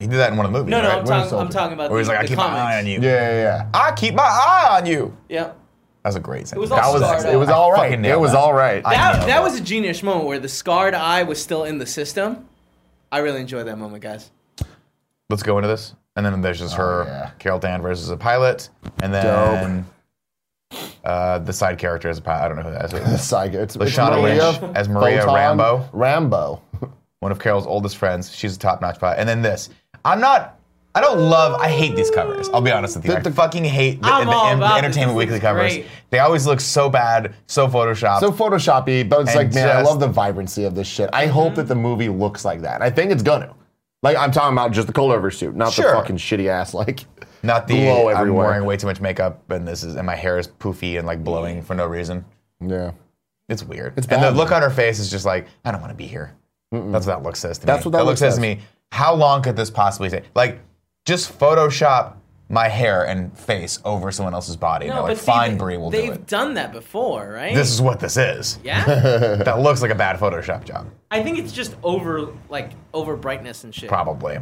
S1: He did that in one of the movies.
S3: No, no,
S1: right?
S3: I'm,
S2: Winter
S3: talking. I'm
S2: Soldier.
S3: talking about.
S1: Where he's
S3: the,
S1: like, I
S3: the
S1: keep
S3: comics.
S1: my eye on you.
S2: Yeah, yeah,
S1: I keep my eye on you.
S3: Yep.
S1: That was a great sentence.
S3: was all
S1: that was
S3: scarred
S2: yeah.
S3: up.
S2: It was
S1: I
S2: all right.
S1: fucking nailed
S2: It was
S1: that.
S2: all right.
S1: I
S3: That,
S1: nailed
S3: that
S1: it.
S3: was a genius moment where the scarred eye was still in the system. I really enjoyed that moment, guys.
S1: Let's go into this. And then there's just her,
S2: yeah.
S1: Carol Danvers as a pilot, and then uh, the side character as a pilot. I don't know who that
S2: The
S1: is.
S2: psycho. It's, it's
S1: Lashana
S2: Maria
S1: Lynch as Maria
S2: Photon
S1: Rambo.
S2: Rambo.
S1: One of Carol's oldest friends. She's a top-notch pilot. And then this. I'm not. I don't love. I hate these covers. I'll be honest with you.
S2: The-
S1: I
S2: the-
S1: fucking hate the,
S7: I'm
S1: the-
S7: all
S1: the
S7: about this.
S1: Entertainment
S7: This
S1: Weekly
S7: is
S1: covers.
S7: great.
S1: They always look so bad, so photoshopped.
S2: So photoshoppy, but it's
S1: And
S2: like, man, I
S1: just- Mm-hmm.
S2: love the vibrancy of this shit. I hope that the movie looks like that. I think it's gonna. Like I'm talking about just the cold over suit, not
S1: Sure.
S2: the fucking shitty ass like.
S1: Not the
S2: Glow
S1: I'm
S2: everywhere.
S1: wearing way too much makeup and this is and my hair is poofy and like blowing for no reason.
S2: Yeah.
S1: It's weird.
S2: It's
S1: and the
S2: bad.
S1: look on her face is just like, I don't want to be here. That's what that look says to
S2: That's
S1: me.
S2: what that
S1: look
S2: look
S1: says to
S2: says.
S1: me. How long could this possibly take? Like, just Photoshop my hair and face over someone else's body. and
S7: No,
S1: they're like,
S7: but see,
S1: fine,
S7: they-
S1: Brie will do
S7: They've
S1: it.
S7: done that before, right?
S1: This is what this is.
S7: yeah.
S1: That looks like a bad Photoshop job,
S7: I think it's just over, like over brightness and shit.
S1: probably.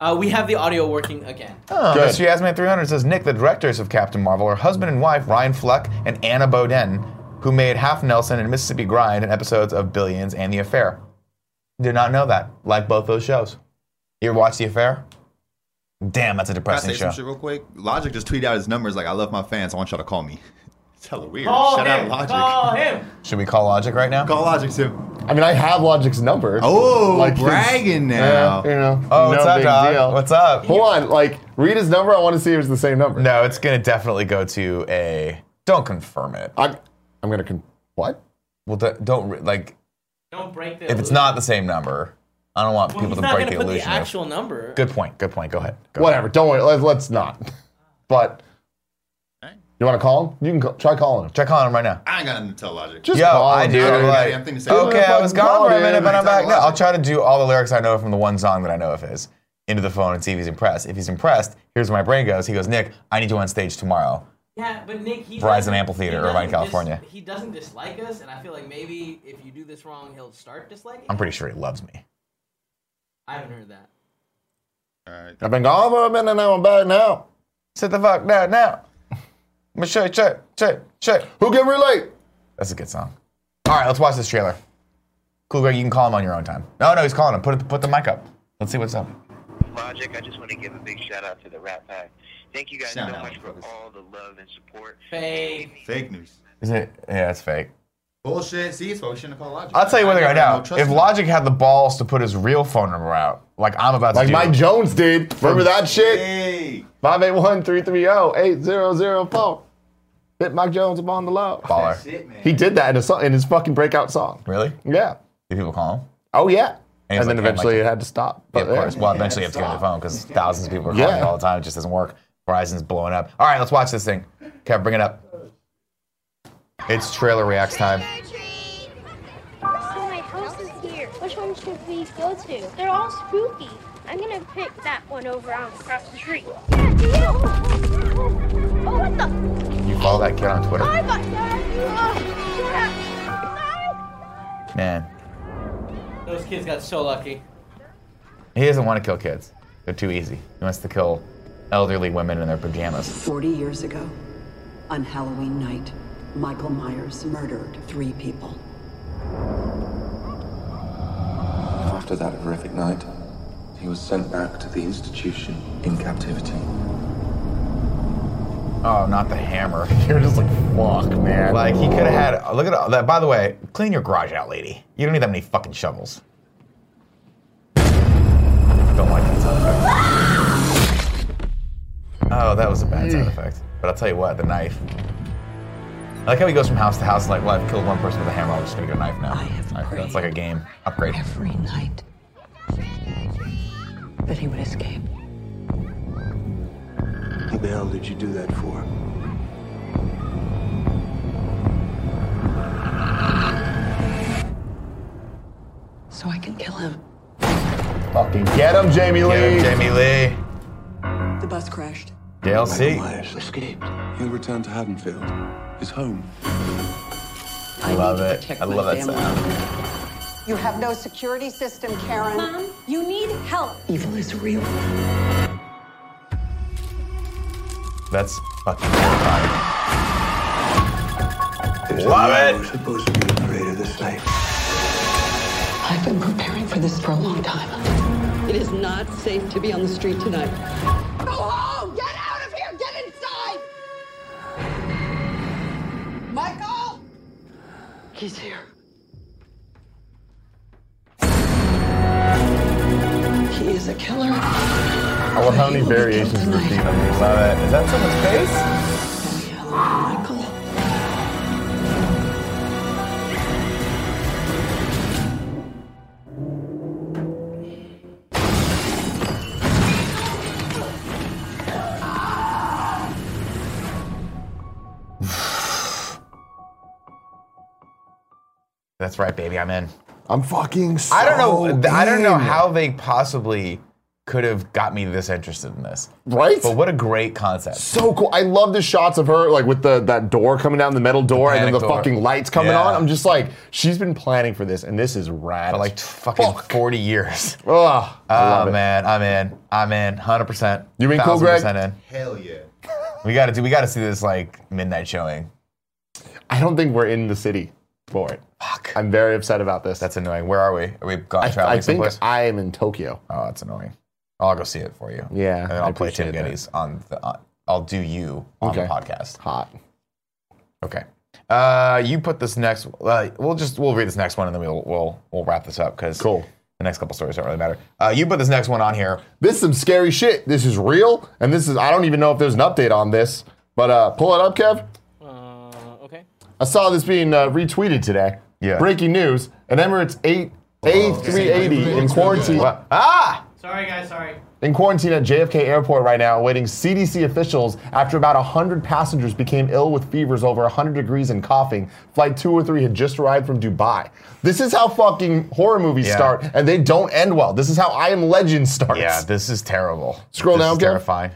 S7: Uh, we have the audio working again.
S1: Oh,
S2: Good.
S1: Mr. Yasmin300 says Nick, the directors of Captain Marvel, are husband and wife Ryan Fleck and Anna Boden, who made Half Nelson and Mississippi Grind and episodes of Billions and The Affair. Did not know that. Like both those shows. You ever watch The Affair? Damn, that's a
S6: Can I
S1: depressing
S6: say some
S1: show.
S6: shit real quick? Logic just tweeted out his numbers like, I love my fans. I want y'all to call me. It's hella weird.
S7: Call
S6: Shout
S7: him.
S6: out Logic.
S7: Call him.
S1: Should we call Logic right now?
S6: Call Logic too.
S2: I mean, I have Logic's number.
S6: Oh,
S2: his-
S6: bragging
S2: Yeah,
S6: now.
S2: you know.
S1: oh, what's
S2: no
S1: up,
S2: big
S1: dog?
S2: deal.
S1: What's up?
S2: Hold on, like read his number. I want to see if it's the same number.
S1: No, it's going to definitely go to a. Don't confirm it.
S2: I'm, I'm gonna. Con- what?
S1: Well, d- don't, re- like,
S7: Don't break the.
S1: if it's not the same number, I don't want
S7: well,
S1: people
S7: he's
S1: to
S7: not
S1: break
S7: gonna
S1: the
S7: put the
S1: illusion. of-
S7: actual number.
S1: Good point. Good point. Go ahead. Go ahead.
S2: Whatever. Don't worry. Let's, let's not. But you want to call him? You can call, try calling him.
S1: Try calling him right now.
S6: I ain't got nothing to tell Logic.
S2: Just
S1: Yo,
S2: call
S1: I
S2: him,
S1: do.
S2: dude.
S6: yeah,
S1: like,
S6: yeah, I'm thinking the same.
S1: okay, I was gone for a minute, but I'm back. No,
S6: Logic.
S1: I'll try to do all the lyrics I know from the one song that I know of his into the phone and see if he's impressed. If he's impressed, here's where my brain goes. He goes, Nick, I need you on stage tomorrow.
S7: Yeah, but Nick, he
S1: Verizon
S7: doesn't-
S1: Amphitheater,
S7: he
S1: Irvine,
S7: doesn't dis-
S1: California.
S7: he doesn't dislike us, and I feel like maybe if you do this wrong, he'll start disliking.
S1: I'm pretty sure he loves me.
S7: I haven't heard that.
S2: I've been gone for a minute now. I'm back now.
S1: Sit the fuck down now. I'm gonna shake, shake, shake, shake.
S2: Who can relate?
S1: That's a good song. All right, let's watch this trailer. Cool, Greg, you can call him on your own time. No, no, he's calling him. Put, it- put the mic up. Let's see what's up.
S9: Logic, I just want to give a big shout out to the Rat Pack. Thank you guys
S6: Shout
S9: so
S6: out,
S9: much for
S6: motherfuckers.
S9: all the love and support.
S7: Fake.
S6: Fake news.
S1: Is it? Yeah, it's fake.
S6: Bullshit. See, it's why we shouldn't call Logic.
S1: I'll tell you one thing
S6: I
S1: right
S6: never
S1: now.
S6: know, trust
S1: If
S6: me.
S1: Logic had the balls to put his real phone number out, like I'm about to
S2: Like
S1: do,
S2: Mike Jones did. Remember that shit?
S6: Hey.
S2: 581 330 8004. Hit Mike Jones upon the low.
S1: baller.
S6: Shit, man.
S2: He did that in, a song, in his fucking breakout song.
S1: Really?
S2: Yeah.
S1: Do people call him?
S2: Oh, yeah.
S1: And he's
S2: And,
S1: like,
S2: then
S1: hey,
S2: eventually
S1: Mike-
S2: it had to stop.
S1: Yeah,
S2: But
S1: of course.
S2: yeah.
S1: Well, eventually you have to get on the phone because thousands of people are calling
S2: Yeah.
S1: you all the time. It just doesn't work. Verizon's blowing up. All right, let's watch this thing. Kev, bring it up. It's trailer reacts time.
S4: So my house is here. Which one should we go to? They're all spooky. I'm gonna pick that one over on across the street. Yeah, deal. Oh, what the?
S1: You follow that kid on
S4: I
S1: Twitter?
S4: got Oh, that.
S1: Man,
S7: Those kids got so lucky.
S1: he doesn't want to kill kids. They're too easy. He wants to kill elderly women in their pajamas.
S10: 40 years ago, on Halloween night, Michael Myers murdered three people.
S11: After that horrific night, he was sent back to the institution in captivity.
S1: Oh, not the hammer.
S2: You're just like, fuck, man.
S1: Like he could have had. Look at all that. By the way, clean your garage out, lady. You don't need that many fucking shovels. Don't like that sound effect. Oh, that was a bad sound effect. But I'll tell you what, the knife. I like how he goes from house to house, like, well, I've killed one person with a hammer. I'm just gonna get a knife now.
S10: I have
S1: Like,
S10: prayed.
S1: That's like a game upgrade.
S10: Every night that he would escape.
S11: What the hell did you do that for?
S10: So I can kill him.
S2: fucking get him, Jamie Lee.
S1: Get him, Jamie Lee.
S10: The bus crashed.
S1: DLC.
S11: Myers escaped. He'll return to Haddonfield, his home.
S10: I
S1: Love
S10: need to
S1: it.
S10: protect
S1: I
S10: my
S1: love that
S10: family.
S1: sound.
S10: You have no security system, Karen.
S4: Mom, you need help.
S10: Evil is real.
S1: That's fucking terrifying. Love
S11: We're supposed to be afraid of this night.
S10: I've been preparing for this for a long time.
S12: It is not safe to be on the street tonight.
S13: Go home! Get out of here! Get inside! Michael?
S12: He's here. He is a killer.
S2: I love how many variations of the theme on you saw that. Is that someone's face?
S1: That's right, baby. I'm in.
S2: I'm fucking. So
S1: I don't know. th- I don't know
S2: in.
S1: how they possibly could have got me this interested in this.
S2: Right?
S1: But what a great concept.
S2: So cool. I love the shots of her, like with the that door coming down, the metal door, and then
S1: panic
S2: the
S1: door.
S2: fucking lights coming
S1: Yeah.
S2: on. I'm just like, she's been planning for this, and this is rad.
S1: For like t- fucking 40 years.
S2: Oh,
S1: oh man, I'm in. I'm in. 100%.
S2: You mean cool, Greg?
S1: 1000% in.
S6: Hell yeah.
S1: We got to do. We got to see this like midnight showing.
S2: I don't think we're in the city for it.
S1: Fuck.
S2: I'm very upset about this.
S1: That's annoying. Where are we? Are we gone
S2: I,
S1: traveling
S2: I think
S1: someplace?
S2: I am in Tokyo.
S1: Oh, that's annoying. I'll go see it for you.
S2: Yeah,
S1: And then
S2: I
S1: I'll play Tim
S2: appreciate that.
S1: Geddes on the. On, I'll do you on the
S2: Okay.
S1: podcast.
S2: Hot.
S1: Okay. Uh, you put this next. Uh, we'll just we'll read this next one and then we'll we'll we'll wrap this up because cool. The next couple stories don't really matter. Uh, you put this next one on here.
S2: This is some scary shit. This is real, and this is I don't even know if there's an update on this, but uh, pull it up, Kev.
S7: okay.
S2: I saw this being uh, retweeted today.
S1: Yeah.
S2: Breaking news: An Emirates eight A380 in quarantine.
S1: Ah!
S7: Sorry, guys. Sorry.
S2: In quarantine at JFK Airport right now, awaiting CDC officials after about 100 passengers became ill with fevers over 100 degrees and coughing. Flight 203 had just arrived from Dubai. This is how fucking horror movies
S1: Yeah.
S2: start, and they don't end well. This is how I Am Legend starts.
S1: Yeah, this is terrible.
S2: Scroll
S1: This
S2: down,
S1: is
S2: Kev.
S1: terrifying.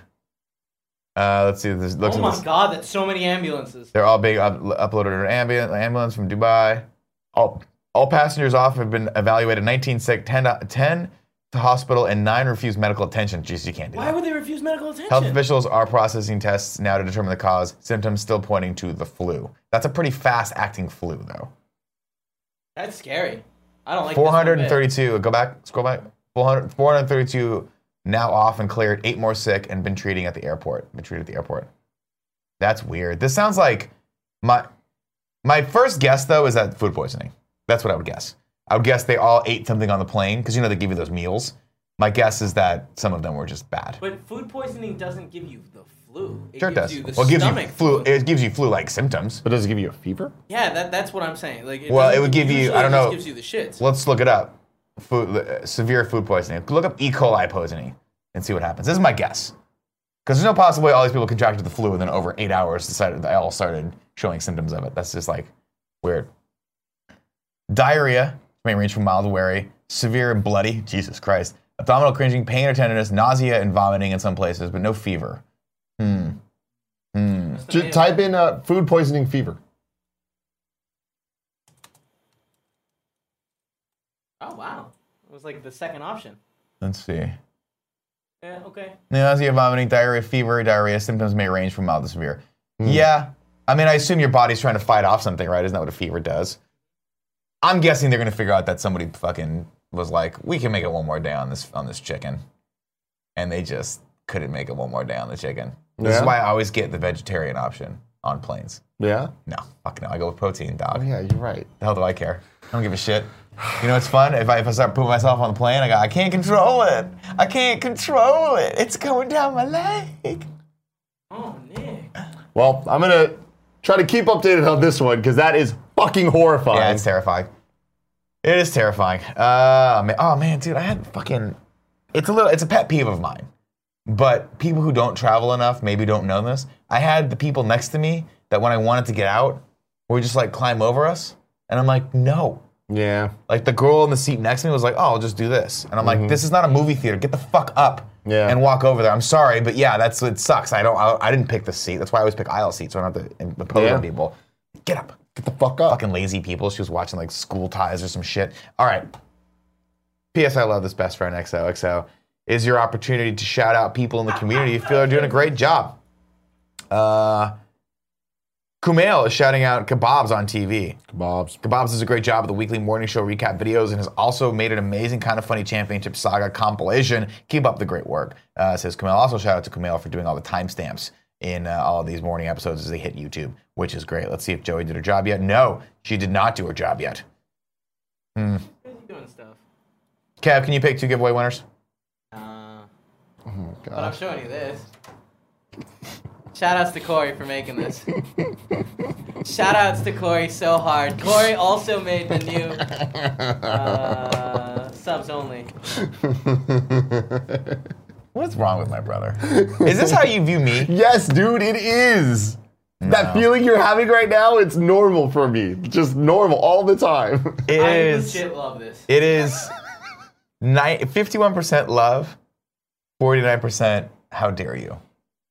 S1: Uh, let's see. This looks.
S7: Oh
S1: at
S7: my
S1: this.
S7: god, that's so many ambulances.
S1: They're all being up- uploaded in an ambulance, ambulance from Dubai. All, all passengers off have been evaluated. 19 sick, 10, to- 10 to hospital, and nine refused medical attention. Jeez, you can't do
S7: Why would they refuse medical attention?
S1: that. Health officials are processing tests now to determine the cause. Symptoms still pointing to the flu. That's a pretty fast-acting flu, though.
S7: That's scary. I don't like this one bit.
S1: 432. Go back. Scroll back. 400, 432 now off and cleared. Eight more sick and been treating at the airport. Been treated at the airport. That's weird. This sounds like my my first guess though is that food poisoning. That's what I would guess. I would guess they all ate something on the plane because you know they give you those meals. My guess is that some of them were just bad.
S7: But food poisoning doesn't give you the flu. It
S1: sure, it
S7: gives
S1: does.
S7: you the
S1: well, it gives you
S7: stomach.
S1: flu. It gives you flu-like symptoms.
S2: But does it give you a fever?
S7: Yeah, that, that's what I'm saying. Like,
S1: well, it
S7: doesn't-
S1: would give you.
S7: usually
S1: I
S7: it
S1: don't
S7: just
S1: know.
S7: Gives you the shits.
S1: Let's look it up. Food, uh, severe food poisoning. Look up E. coli poisoning and see what happens. This is my guess. Because there's no possible way all these people contracted the flu and then over eight hours decided they all started showing symptoms of it. That's just like weird. Diarrhea may range from mild to wary, severe and bloody. Jesus Christ. Abdominal cringing, pain or tenderness, nausea and vomiting in some places, but no fever. Hmm. Hmm.
S2: Just type in uh, food poisoning fever.
S7: Oh wow, it was like the second option.
S1: Let's see.
S7: Yeah. Okay.
S1: Nausea, vomiting, diarrhea, fever, diarrhea. Symptoms may range from mild to severe. Yeah. I mean, I assume your body's trying to fight off something, right? Isn't that what a fever does? I'm guessing they're going to figure out that somebody fucking was like, we can make it one more day on this on this chicken. And they just couldn't make it one more day on the chicken. This
S2: Yeah.
S1: is why I always get the vegetarian option on planes.
S2: Yeah.
S1: No, fuck no. I go with protein, dog.
S2: Oh, yeah, you're right.
S1: The hell do I care? I don't give a shit. You know what's fun? If I, if I start putting myself on the plane, I go, I can't control it. I can't control it. It's going down my leg.
S2: Well, I'm gonna try to keep updated on this one because that is fucking horrifying.
S1: Yeah, it's terrifying. It is terrifying. Uh, man, oh man, dude, I had fucking. It's a little. It's a pet peeve of mine. But people who don't travel enough maybe don't know this. I had the people next to me that when I wanted to get out, were just like climb over us, and I'm like, no.
S2: Yeah.
S1: Like the girl in the seat next to me was like, oh, I'll just do this, and I'm like, this is not a movie theater. Get the fuck up.
S2: Mm-hmm. Yeah.
S1: And walk over there. I'm sorry, but yeah, that's it sucks. I don't. I, I didn't pick the seat. That's why I always pick aisle seats so I don't have to impose
S2: Yeah.
S1: on people. Get up.
S2: Get the fuck up.
S1: Fucking lazy people. She was watching like school ties or some shit. All right. P.S. I love this best friend XOXO. Is your opportunity to shout out people in the community you feel are doing a great job. Uh, Kumail is shouting out Kebabs on TV.
S2: Kebabs.
S1: Kebabs does a great job of the weekly morning show recap videos and has also made an amazing kind of funny championship saga compilation. Keep up the great work, uh, says Kumail. Also, shout out to Kumail for doing all the timestamps in uh, all of these morning episodes as they hit YouTube, which is great. Let's see if Joey did her job yet. No, she did not do her job yet. Hmm.
S7: doing stuff.
S1: Kev, can you pick two giveaway winners?
S2: Oh my god.
S7: Uh, But I'm showing you this. Shout outs to Corey for making this. Shout outs to Corey so hard. Corey also made the new uh, subs only.
S1: What's wrong with my brother? Is this how you view me?
S2: Yes, dude, it is. That feeling you're having right now, it's normal for me. Just normal all the time.
S1: It
S7: I
S1: is-
S7: legit love this.
S1: It is ni- 51% love, 49% how dare you.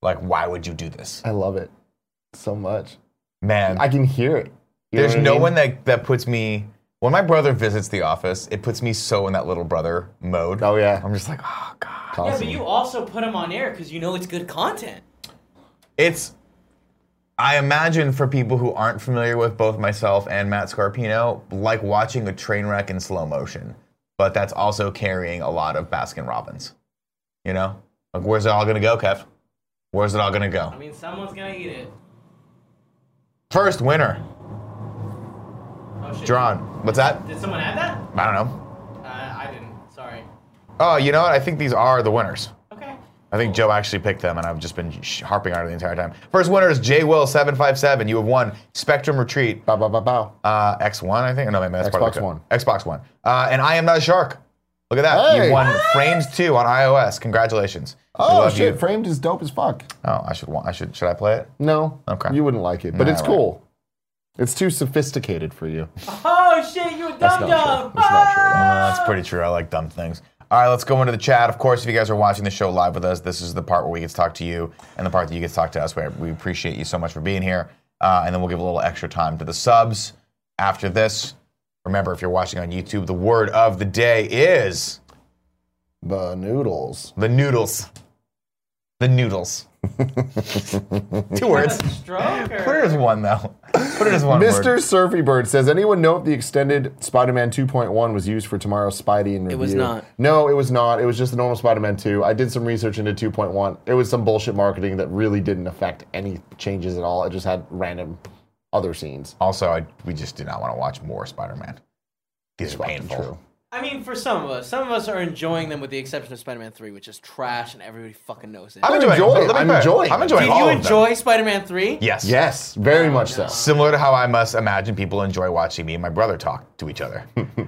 S1: Like, why would you do this?
S2: I love it so much.
S1: Man.
S2: I can hear it. You know
S1: There's
S2: what I
S1: no
S2: mean?
S1: one that, that puts me. When my brother visits the office, it puts me so in that little brother mode.
S2: Oh, yeah.
S1: I'm just like, oh, God.
S7: Yeah, but you also put him on air because you know it's good content.
S1: It's. I imagine for people who aren't familiar with both myself and Matt Scarpino, like watching a train wreck in slow motion. But that's also carrying a lot of Baskin Robbins. You know? Like, where's it all gonna go, Kev? Where's it all gonna go?
S7: I mean, someone's gonna eat it.
S1: First winner
S7: Oh shit.
S1: drawn. What's that?
S7: Did someone add that?
S1: I don't know.
S7: Uh, I didn't. Sorry.
S1: Oh, you know what? I think these are the winners.
S7: Okay.
S1: I think Joe actually picked them, and I've just been sh- harping on it the entire time. First winner is Jay Will seven five seven. You have won Spectrum Retreat.
S2: Bow bow bow bow.
S1: Uh, X One, I think. No, maybe that's part of
S2: Xbox
S1: the co-
S2: One.
S1: Xbox One. Uh, and I am not a shark. Look at that.
S2: Hey.
S1: You won Frames Two on iOS. Congratulations. We
S2: Oh
S1: love
S2: shit,
S1: you.
S2: framed is dope as fuck.
S1: Oh, I should want. I should. Should I play it?
S2: No.
S1: Okay.
S2: You wouldn't like it, but
S1: Nah,
S2: it's
S1: right.
S2: cool. It's too sophisticated for you.
S7: Oh shit, you a
S2: That's
S7: dumb
S2: not
S7: dumb.
S1: Uh, that's pretty true. I like dumb things. All right, let's go into the chat. Of course, if you guys are watching the show live with us, this is the part where we get to talk to you and the part that you get to talk to us. Where we appreciate you so much for being here, uh, and then we'll give a little extra time to the subs after this. Remember, if you're watching on YouTube, the word of the day is
S2: The noodles.
S1: the noodles. The noodles. Two words.
S7: Stroke
S1: Put it as one though. Put it as one
S2: Mr.
S1: word.
S2: Surfy Bird says, anyone know if the extended Spider-Man 2.1 was used for tomorrow's Spidey in review?
S3: was not.
S2: No, it was not. It was just the normal Spider-Man 2. I did some research into 2.1. It was some bullshit marketing that really didn't affect any changes at all. It just had random other scenes.
S1: Also, I, we just do not want to watch more Spider-Man. These are painful.
S7: I mean, for some of us, some of us are enjoying them with the exception of Spider-Man 3, which is trash and everybody fucking knows it.
S1: I'm
S2: I'm
S1: enjoying.
S2: enjoying-
S1: let me
S2: I'm
S1: clarify.
S2: enjoying.
S1: I'm enjoying
S7: Did
S1: all
S7: you
S1: of them.
S7: enjoy Spider-Man 3?
S1: Yes.
S2: Yes, very much so.
S1: Similar to how I must imagine people enjoy watching me and my brother talk to each other,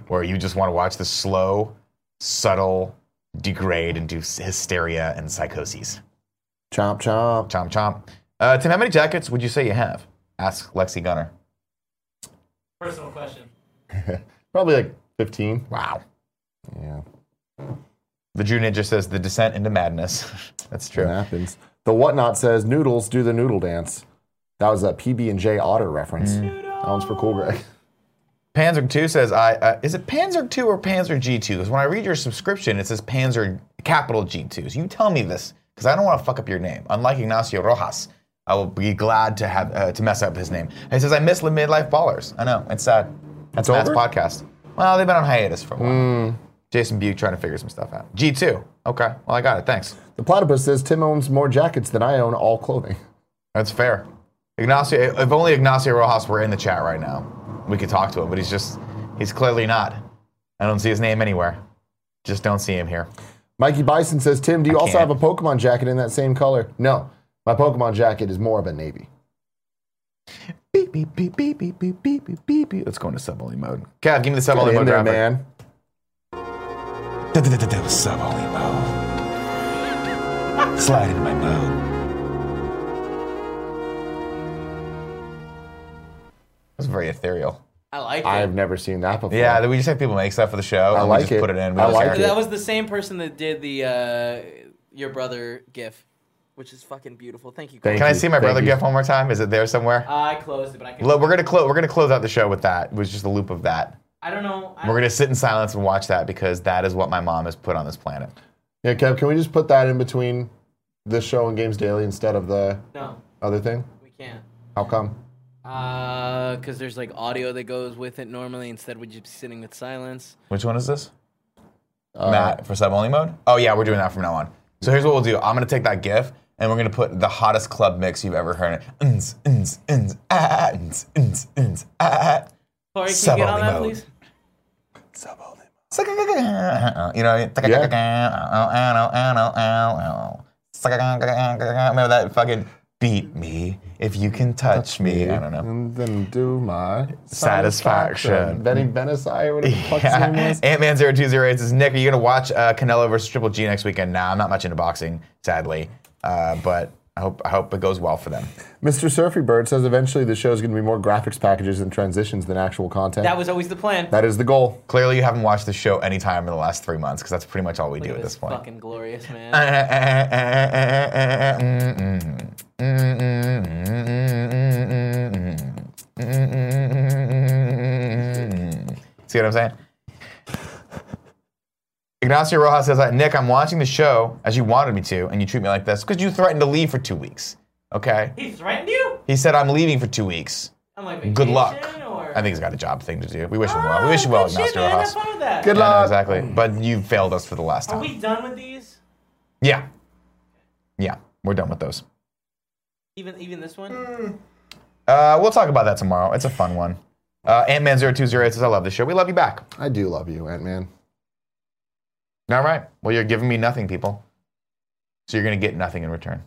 S1: where you just want to watch the slow, subtle degrade into hysteria and psychoses.
S2: Chomp chomp.
S1: Chomp chomp. Uh, Tim, how many jackets would you say you have? Ask Lexi Gunner.
S7: Personal question.
S2: Probably like 15.
S1: Wow.
S2: Yeah.
S1: The Drew Ninja says the descent into madness. That's true.
S2: It happens. The whatnot says noodles do the noodle dance. That was a PB and J Otter reference. That one's for cool, Greg.
S1: Panzer II says, "I uh, is it Panzer II or Panzer G2? Because when I read your subscription, it says Panzer capital G2. So you tell me this because I don't want to fuck up your name. Unlike Ignacio Rojas, I will be glad to have uh, to mess up his name. He says I miss the midlife ballers. I know it's sad. That's
S2: It's
S1: Matt's
S2: over? Hmm.
S1: podcast. Well, they've been on hiatus for a while. Jason Buke trying to figure some stuff out. G2. Okay. Well, I got it. Thanks.
S2: The platypus says Tim owns more jackets than I own all clothing.
S1: That's fair. Ignacio, if only Ignacio Rojas were in the chat right now, we could talk to him. But he's just—he's clearly not. I don't see his name anywhere. Just don't see him here.
S2: Mikey Bison says, Tim, do you
S1: I
S2: also
S1: can't.
S2: have a Pokemon jacket in that same color? No. My Pokemon jacket is more of a navy.
S1: Beep beep beep beep beep beep beep beep beep. beep. Let's go into sub only mode. Cav, give me the sub
S2: Get
S1: only
S2: in
S1: mode
S2: there,
S1: graphic.
S2: man.
S1: Sub only mode. Slide into my mode. That's very ethereal.
S7: I like it.
S2: I've never seen that before.
S1: Yeah, we just have people make stuff for the show.
S2: I
S1: and
S2: like
S1: we just
S2: it.
S1: Put it in. We
S2: I
S1: don't
S2: like
S1: care.
S2: it.
S7: That was the same person that did the uh, your brother gif, which is fucking beautiful. Thank you. Corey.
S2: Thank
S1: Can I
S2: you.
S1: see my
S2: Thank
S1: brother
S2: you.
S1: gif one more time? Is it there somewhere?
S7: I closed it, but I can.
S1: Look, we're gonna close. We're gonna close out the show with that. It was just a loop of that.
S7: I don't know. I
S1: We're gonna sit in silence and watch that because that is what my mom has put on this planet.
S2: Yeah, Kev, can we just put that in between this show and Games Daily instead of the
S7: no,
S2: other thing?
S7: we can't.
S2: How come?
S3: Uh, because there's like audio that goes with it normally. Instead, we'd just be sitting with silence.
S1: Which one is this? Matt for sub only mode. Oh yeah, we're doing that from now on. So here's what we'll do. I'm gonna take that GIF and we're gonna put the hottest club mix you've ever heard. Ns, ns, ns, ah, ns, ns, ns, ah.
S7: Corey, can
S1: Sub
S7: you get on
S1: only
S7: that,
S1: mode.
S7: please?
S1: You know, what I mean? remember that fucking beat me if you can touch me. I don't know.
S2: And then do my
S1: Satisfaction.
S2: Benny Benassi, whatever the fuck's
S1: Uh,
S2: his name was.
S1: Ant Man 0208 says, Nick, are you going to watch uh, Canelo versus Triple G next weekend? Nah, I'm not much into boxing, sadly. Uh, but I hope, I hope it goes well for them.
S2: Mr. Surfy Bird says eventually the show's going to be more graphics packages and transitions than actual content.
S7: That was always the plan.
S2: that is the goal.
S1: Clearly, you haven't watched the show any time in the last three months because that's pretty much all we do at this point.
S7: Fucking glorious, man.
S1: See what I'm saying? Ignacio Rojas says, uh, Nick, I'm watching the show as you wanted me to, and you treat me like this because you threatened to leave for two weeks. Okay?
S7: He threatened you?
S1: He said, I'm leaving for two weeks.
S7: I'm like,
S1: Good luck.
S7: vacation or- Ah, Oh,
S1: I think he's got a job thing to do. We wish him well. We wish you well,
S7: good shit,
S1: Ignacio
S7: man.
S1: Rojas.
S7: Have fun with that.
S1: Yeah,
S7: Good
S1: I know,
S7: luck.
S1: Exactly. But you failed us for the last
S7: Are
S1: time.
S7: we done with these?
S1: Yeah. Yeah. We're done with those.
S7: Even even this one?
S1: Uh, we'll talk about that tomorrow. It's a fun one. Uh, Ant Man 0208 says, I love the show. We love you back.
S2: I do love you, Ant Man.
S1: All right. Well, you're giving me nothing, people. So you're going to get nothing in return.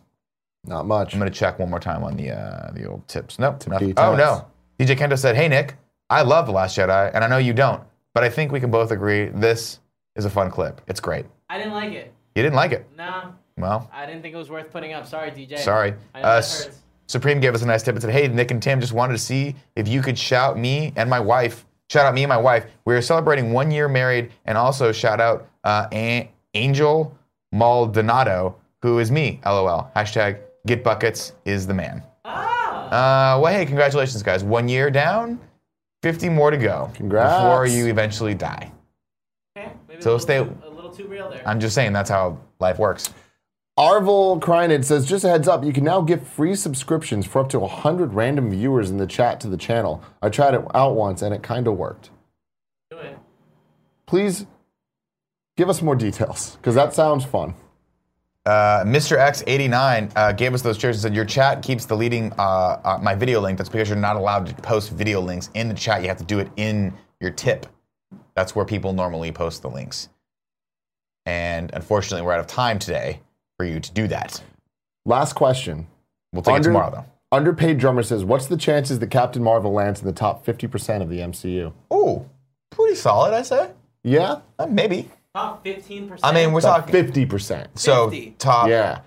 S2: Not much.
S1: I'm going to check one more time on the uh, the old tips. Nope. nothing.
S2: details.
S1: Oh, no. DJ Kendo said, Hey, Nick, I love The Last Jedi, and I know you don't, but I think we can both agree this is a fun clip. It's great.
S7: I didn't like it.
S1: You didn't like it.
S7: Nah.
S1: Well,
S7: I didn't think it was worth putting up. Sorry, DJ.
S1: Sorry.
S7: I know
S1: Uh,
S7: that
S1: S-
S7: hurts.
S1: Supreme gave us a nice tip and said, Hey, Nick and Tim, just wanted to see if you could shout me and my wife, shout out me and my wife. We are celebrating one year married, and also shout out uh, An- Angel Maldonado, who is me, lol. Hashtag get buckets is the man.
S7: Ah,
S1: Uh, well, hey, congratulations, guys. One year down, 50 more to go
S2: Congrats.
S1: before you eventually die. so stay.
S7: A little too real there.
S1: I'm just saying, that's how life works.
S2: Arvel Krynid says, just a heads up, you can now get free subscriptions for up to 100 random viewers in the chat to the channel. I tried it out once and it kind of worked.
S7: Do it.
S2: Please give us more details because that sounds fun.
S1: Uh, Mr. X89 uh, gave us those chairs and said, Your chat keeps deleting uh, uh, my video link. That's because you're not allowed to post video links in the chat. You have to do it in your tip. That's where people normally post the links. And unfortunately, we're out of time today for you to do that.
S2: Last question.
S1: We'll take it tomorrow, though.
S2: Underpaid drummer says, "What's the chances that Captain Marvel lands in the top fifty percent of the MCU?"
S1: Oh, pretty solid, I say.
S2: Yeah,
S1: Uh, maybe.
S7: Top 15%.
S1: I mean, we're talking
S2: fifty percent.
S1: So
S7: 50.
S3: uh,
S1: top.
S2: Yeah.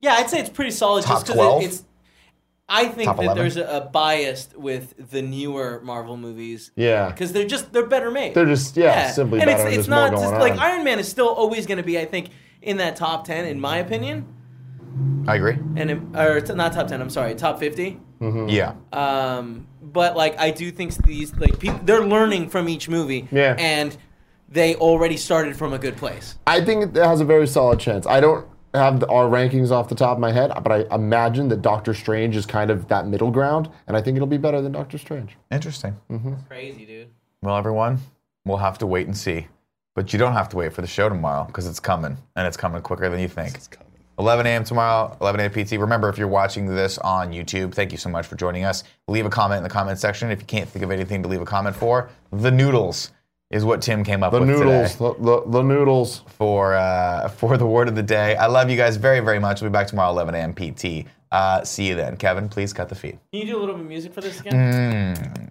S3: Yeah, I'd say it's pretty solid
S1: Top
S3: just because
S1: 12?
S3: it, it's. I think
S1: Top
S3: that
S1: 11?
S3: there's a, a bias with the newer Marvel movies.
S2: Yeah.
S3: Because they're just they're better made.
S2: They're just- yeah, simply
S3: and
S2: better,
S3: It's,
S2: there's
S3: it's not
S2: more
S3: just
S2: going
S3: like
S2: on.
S3: Iron Man is still always going to be, I think, in that top ten, in my opinion,
S1: I agree.
S3: and in, or t- not top ten. I'm sorry, top fifty.
S1: Yeah.
S3: Um, but like I do think these like people they're learning from each movie.
S2: Yeah.
S3: And they already started from a good place.
S2: I think it has a very solid chance. I don't have the, our rankings off the top of my head, but I imagine that Doctor Strange is kind of that middle ground, and I think it'll be better than Doctor Strange.
S1: Interesting.
S7: Crazy, dude.
S1: Well, everyone, we'll have to wait and see. But you don't have to wait for the show tomorrow because it's coming, and it's coming quicker than you think. It's coming. 11 a.m. tomorrow, 11 a.m. PT. Remember, if you're watching this on YouTube, thank you so much for joining us. Leave a comment in the comment section. If you can't think of anything to leave a comment for, the noodles is what Tim came up
S2: The
S1: with
S2: noodles,
S1: today
S2: the, the, the noodles.
S1: for uh, for the word of the day. I love you guys very, very much. We'll be back tomorrow, 11 a.m. PT. Uh, see you then. Kevin, please cut the feed.
S7: Can you do a little bit of music for this again?